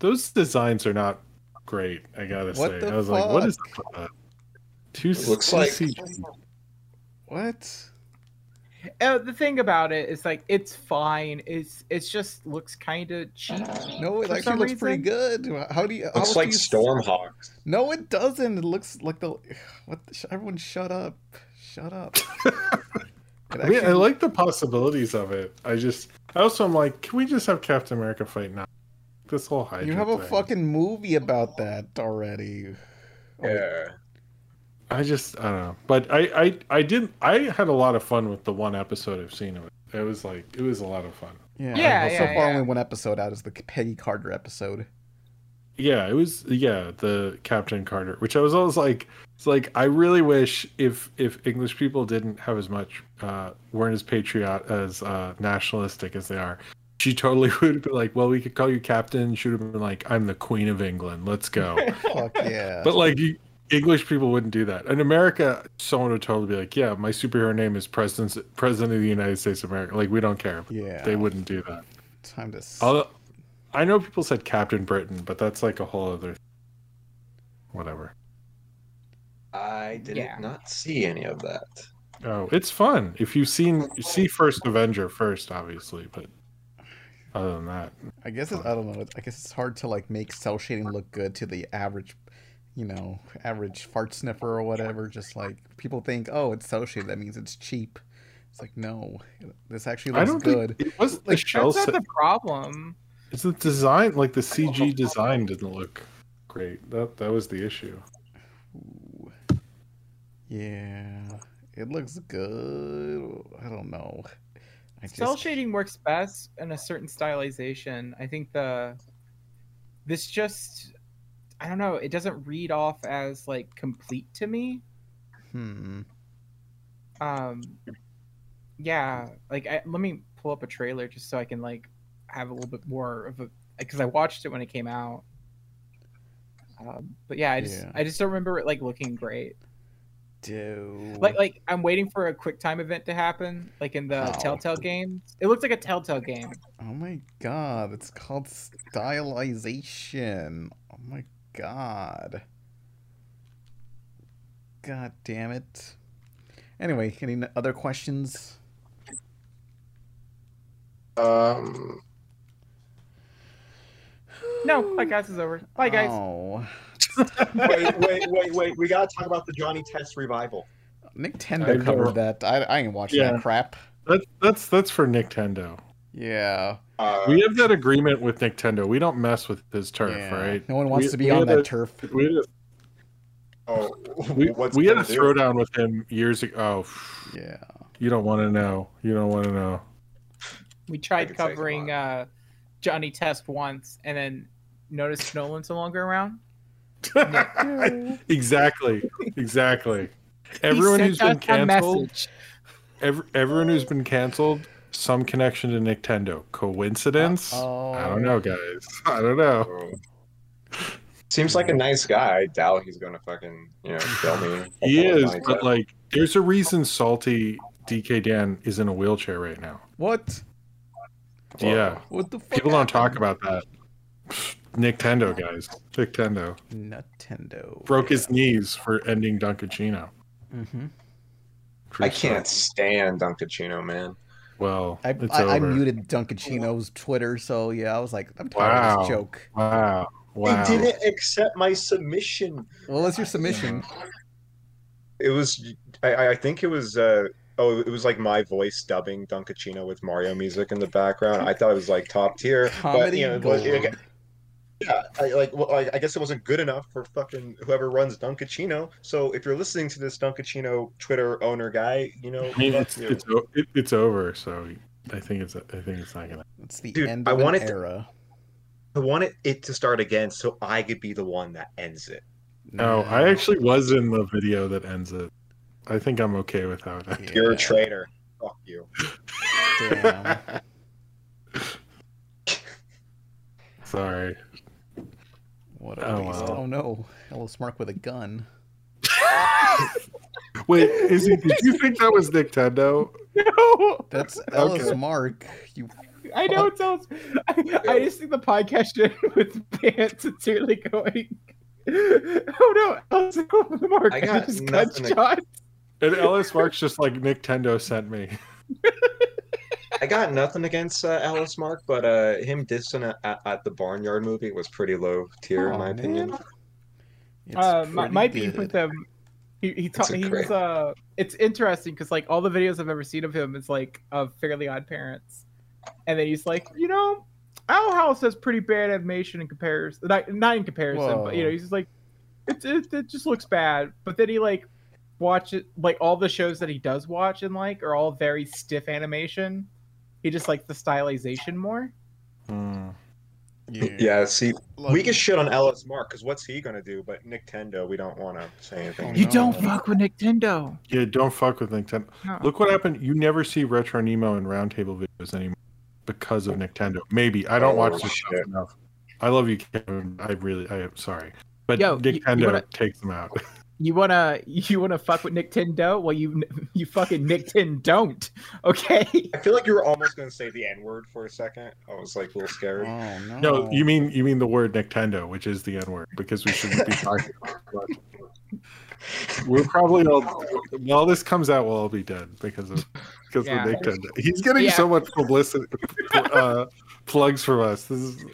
D: those designs are not great. I gotta
A: What
D: say,
A: the
D: I was like, what is
A: fuck?
D: that? Two
C: It looks like-
D: CG.
A: What?
E: Uh, the thing about it is like it's fine. It's it's just looks kind of cheap.
D: Uh,
A: No, it
E: For
A: actually
E: some
A: looks pretty
E: reason-
A: good. How do you? how
C: looks
A: else
C: like
A: do you s-
C: Stormhawk.
A: No, it doesn't. It looks like the. What? The, sh- everyone, shut up! Shut up! It
D: I mean, I
A: actually-
D: like the possibilities of it. I just, I also am like, can we just have Captain America fight now? This whole hype.
A: You have a fucking movie about that already. Oh,
C: Yeah.
D: I just, I don't know, but I, I, I did. I had a lot of fun with the one episode I've seen of it. It was like, it was a lot of fun.
A: Yeah.
E: Yeah,
A: well, so far,
E: yeah, yeah.
A: only one episode out is the Peggy Carter episode.
D: Yeah, it was yeah, the Captain Carter, which I was always like it's like I really wish if if English people didn't have as much uh weren't as patriot as uh nationalistic as they are. She totally would have been like, Well, we could call you Captain, she would have been like, I'm the Queen of England, let's go.
A: Fuck yeah.
D: but like you, English people wouldn't do that. In America, someone would totally be like, Yeah, my superhero name is President President of the United States of America. Like we don't care.
A: Yeah.
D: They wouldn't do that.
A: Time to. s-
D: Although, I know people said Captain Britain, but that's like a whole other. Whatever.
J: I did
E: Yeah.
J: not see any of that.
D: Oh, it's fun if you've seen you see First Avenger first, obviously, but other than that,
A: I guess it's, I don't know. I guess it's hard to like make cell shading look good to the average, you know, average fart sniffer or whatever. Just like people think, oh, it's cell shaded. That means it's cheap. It's like no, this actually
D: I
A: looks
D: don't
A: good.
D: think it was the
A: Like,
D: shell.
E: That's not
D: Set,
E: the problem.
D: It's the design, like the CG design, didn't look great. That that was the issue.
A: Ooh. Yeah, it looks good. I don't know. I
E: Cell
A: just
E: shading works best in a certain stylization. I think the this just I don't know, it doesn't read off as like complete to me.
A: hmm.
E: Um yeah, like I, let me pull up a trailer just so I can like have a little bit more of a because I watched it when it came out. Um, but yeah, I just
A: Yeah.
E: I just don't remember it like looking great.
A: Do
E: Like like I'm waiting for a quick time event to happen, like in the
A: Oh.
E: Telltale games. It looks like a Telltale game.
A: Oh my god, it's called stylization. Oh my god. God damn it. Anyway, any n- other questions?
J: Um,
E: No, podcast is over. Bye guys.
A: Oh.
C: wait, wait, wait, wait. We gotta talk about the Johnny Test revival.
A: Nintendo
D: I
A: covered
D: don't-
A: that. I, I ain't watching
D: Yeah.
A: that crap.
D: That's that's that's for Nintendo.
A: Yeah.
C: Uh,
D: We have that agreement with Nintendo. We don't mess with his turf,
A: yeah.
D: right?
A: No one wants
D: We-
A: to be
D: we
A: on
D: had
A: that
D: a-
A: turf.
D: We had a
C: oh,
D: we,
C: what's
D: we had a
C: gonna do?
D: throwdown with him years ago. Oh,
A: Yeah.
D: you don't want to know. You don't want to know.
E: We
J: I
E: tried
J: could say it's a
E: covering
J: lot.
E: uh, Johnny Test once, and then noticed Nolan's no longer around.
D: exactly. Exactly. Everyone
E: He
D: who's been
E: sent us a
D: canceled,
E: message.
D: every, everyone who's been canceled, some connection to Nintendo. Coincidence?
A: Uh,
D: I
A: Oh,
D: don't know, guys. I don't know.
C: Oh.
J: seems like a nice guy. I doubt he's gonna fucking you know kill me.
D: He
A: Oh
J: Something
D: is,
J: like
D: but
J: that.
D: like, there's a reason Salty DK Dan is in a wheelchair right now.
A: What?
D: yeah,
A: What the fuck?
D: people don't talk about that. Nintendo, guys. Nintendo
A: Nintendo.
D: broke his knees for ending Dunkachino. Mm-hmm.
A: hmm
J: I can't stand Dunkachino, man.
D: Well,
A: I,
D: it's
A: I, I
D: over.
A: muted Dunkachino's Twitter, so yeah, I was like, I'm tired of
D: Wow.
A: this joke.
D: Wow. Wow.
C: He didn't accept my submission.
A: Well, that's your submission.
C: It was. I, I think it was. Uh, oh, it was like my voice dubbing Dunkachino with Mario music in the background. I thought it was like top tier, but
A: Comedy
C: you know, it was,
A: gold.
C: yeah, I, like, well, I, I guess it wasn't good enough for fucking whoever runs Dunkachino. So if you're listening to this Dunkachino Twitter owner guy, you know,
D: I mean,
C: fuck
D: it's
C: you.
D: it's, o- it, it's over. So I think it's I think it's not gonna.
A: It's the
C: Dude,
A: end
C: I
A: of an
C: wanted to-
A: era.
C: I wanted it to start again, so I could be the one that ends it.
D: No, Oh, I actually was in the video that ends it. I think I'm okay with how it ends.
C: You're a
A: Yeah,
C: traitor. Fuck you.
A: damn.
D: Sorry.
A: What
D: Oh,
A: a waste.
D: well.
A: Oh no, Hello Smark with a gun.
D: Wait, is he, did you think that was Nintendo?
E: No,
A: That's Hello
D: Okay.
A: Smark. You
E: I know it sounds. I, I just think the podcast should end with Pants sincerely going. Oh no, Alex Mark
J: I got
E: just got
J: nothing to-
E: shot.
D: And Ellis Marks just like Nintendo sent me.
J: I got nothing against uh, Alice Mark, but uh, him dissing at, at, at the Barnyard movie was pretty low tier
A: Aw,
J: in my opinion.
A: man. it's
E: uh, mi-
A: pretty
E: might be
A: good.
E: with him. He he, ta-
J: It's a
E: he
J: great-
E: was uh. It's interesting because like all the videos I've ever seen of him is like of Fairly Odd Parents, and then he's like, you know, Owl House has pretty bad animation in comparison. Not, not in comparison, but you
A: Whoa.
E: know, he's just like, it, it it just looks bad. But then he like watch it like all the shows that he does watch and like are all very
D: Hmm.
E: stiff animation. He just likes the stylization more.
K: You
C: Yeah, see,
K: love
C: we
K: it.
A: Oh,
C: get shit on LS Mark because what's he gonna do? But Nintendo, we don't want to say anything.
E: You
K: No.
E: don't fuck with Nintendo.
D: Yeah, don't fuck with Nintendo.
E: No.
D: Look what happened. You never see Retro Nemo and Roundtable videos anymore because of Nintendo. Maybe I don't
C: Oh,
D: watch this stuff
C: shit.
D: enough. I love you, Kevin. I really, I am sorry, but
E: Yo, you- you
D: Nintendo
E: wanna-
D: takes them out.
E: You wanna you wanna fuck with Nintendo? Well, you you fucking Nintendo don't. Okay.
C: I feel like you were almost gonna say the N word for a second. I was like a little scared.
K: Oh no.
D: No, you mean you mean the word Nintendo, which is the N word, because we shouldn't be talking about it. but We're probably all while this comes out, we'll all be dead because of because
E: Yeah.
D: of Nintendo. He's getting
E: Yeah.
D: so much publicity uh, plugs from us. This is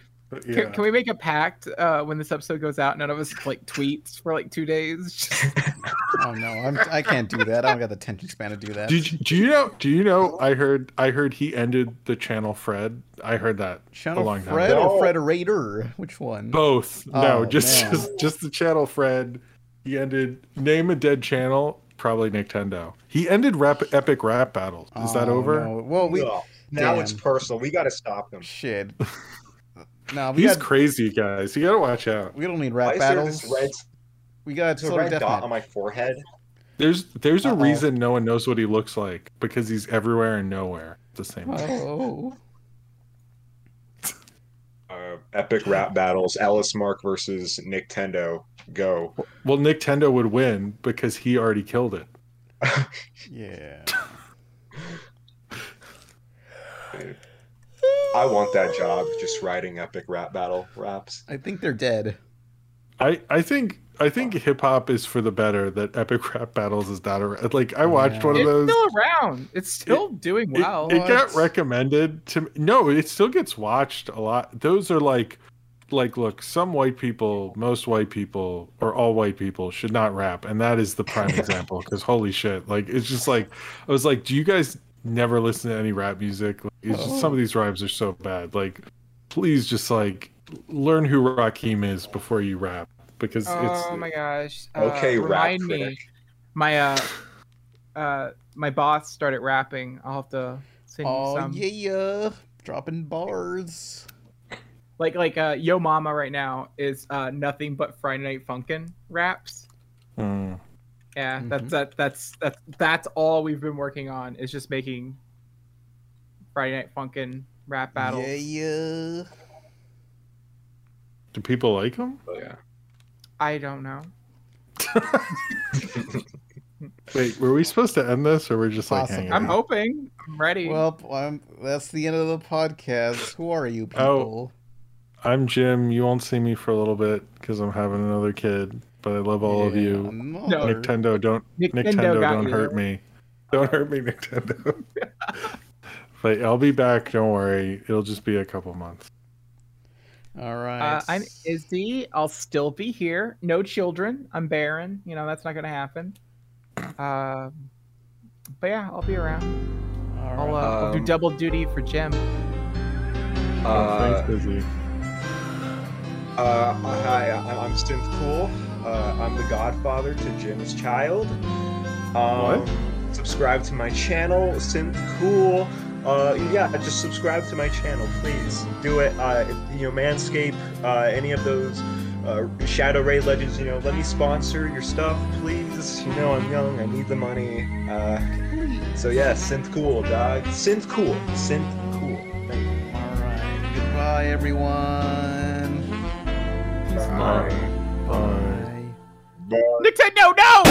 D: yeah.
E: Can, can we make a pact uh, when this episode goes out? None of us like tweets for like two days.
K: Oh no. I'm, I can't do that. I don't got the attention span to do that.
D: Did you- do you know? Do you know? I heard. I heard he ended the channel. Fred. I heard that a
A: Channel
D: long time.
A: Fred
D: ago.
A: or
C: No.
A: Fred Raider? Which one?
D: Both. no,
A: Oh,
D: just,
A: man.
D: just just the channel. Fred. He ended. Name a dead channel. Probably Nintendo. He ended rap epic rap battle. Is that
A: Oh,
D: over?
A: no. Well, we
C: Ugh, now it's
A: damn.
C: personal. We gotta stop them.
A: shit. no, we
D: He's
A: got
D: crazy, guys. You gotta watch out.
A: we don't need
C: Why
A: rap
C: is there
A: battles.
C: this red,
A: We got
C: there's a
A: sort of
C: red
A: death
C: dot
A: match.
C: on my forehead?
D: There's there's a
A: Uh-oh.
D: reason no one knows what he looks like because he's everywhere and nowhere at the same time.
A: Oh,
C: Uh, epic rap battles. Alice Mark versus Nintendo. Go.
D: Well, Nintendo would win because he already killed it.
K: Yeah.
C: I want that job. Just writing epic rap battle raps.
A: I think they're dead.
D: I I think I think hip hop is for the better. That epic rap battles is not a like. I watched one of
E: it's
D: those.
E: still around. It's still doing
D: It,
E: well.
D: it got
E: It's-
D: recommended to me. No, it still gets watched a lot. Those are like, like, look, some white people, most white people, or all white people should not rap, and that is the prime example. Because holy shit, like, it's just like I was like, do you guys never listen to any rap music? Like, it's just, some of these rhymes are so bad. Like, please just like learn who Rakim is before you rap because
E: Oh
D: it's
E: my gosh.
C: Okay,
E: uh,
C: rap
E: remind me.
C: critic.
E: My uh, uh, my boss started rapping. I'll have to send you
A: Oh
E: some.
A: yeah, dropping bars.
E: Like like uh, Yo Mama right now is uh, nothing but Friday Night Funkin' raps.
D: Hmm.
E: Yeah,
A: Mhm.
E: that's that that's that's that's all we've been working on is just making Friday Night Funkin' rap battles.
A: Yeah yeah.
D: do people like him?
C: yeah.
E: I don't know.
D: Wait, were we supposed to end this, or we're just like
A: Possibly.
D: hanging
E: I'm
D: out?
E: hoping. I'm ready.
A: Well, um, that's the end of the podcast. Who are you people?
D: Oh. I'm Jim. You won't see me for a little bit because I'm having another kid, but I love all of you.
A: No.
E: No.
D: Nintendo, don't
E: Nintendo
D: Nintendo,
E: got
D: don't
E: you.
D: hurt me. Don't hurt me, Nintendo. but I'll be back. Don't worry. It'll just be a couple months.
A: All right.
E: Uh, I'm Izzy. I'll still be here. No children. I'm barren. You know that's not gonna happen. Uh, but yeah, I'll be around.
A: All
E: I'll, uh,
A: right.
E: I'll do
C: Um,
E: double duty for Jim.
C: Uh,
D: Thanks, Izzy.
C: Uh, hi, I- I'm Synth Cool. Uh, I'm the godfather to Jim's child. Um, Subscribe to my channel, Synth Cool. Uh, yeah, just subscribe to my channel, please. Do it. Uh, you know, Manscape, uh, any of those uh, Shadow Ray Legends. You know, let me sponsor your stuff, please. You know, I'm young. I need the money. Uh, so yeah, Synth Cool, dog. Synth Cool. Synth Cool. Thank
E: uh,
C: you.
A: All right. Goodbye, everyone.
D: Bye. Bye.
A: Bye.
E: Nintendo, no!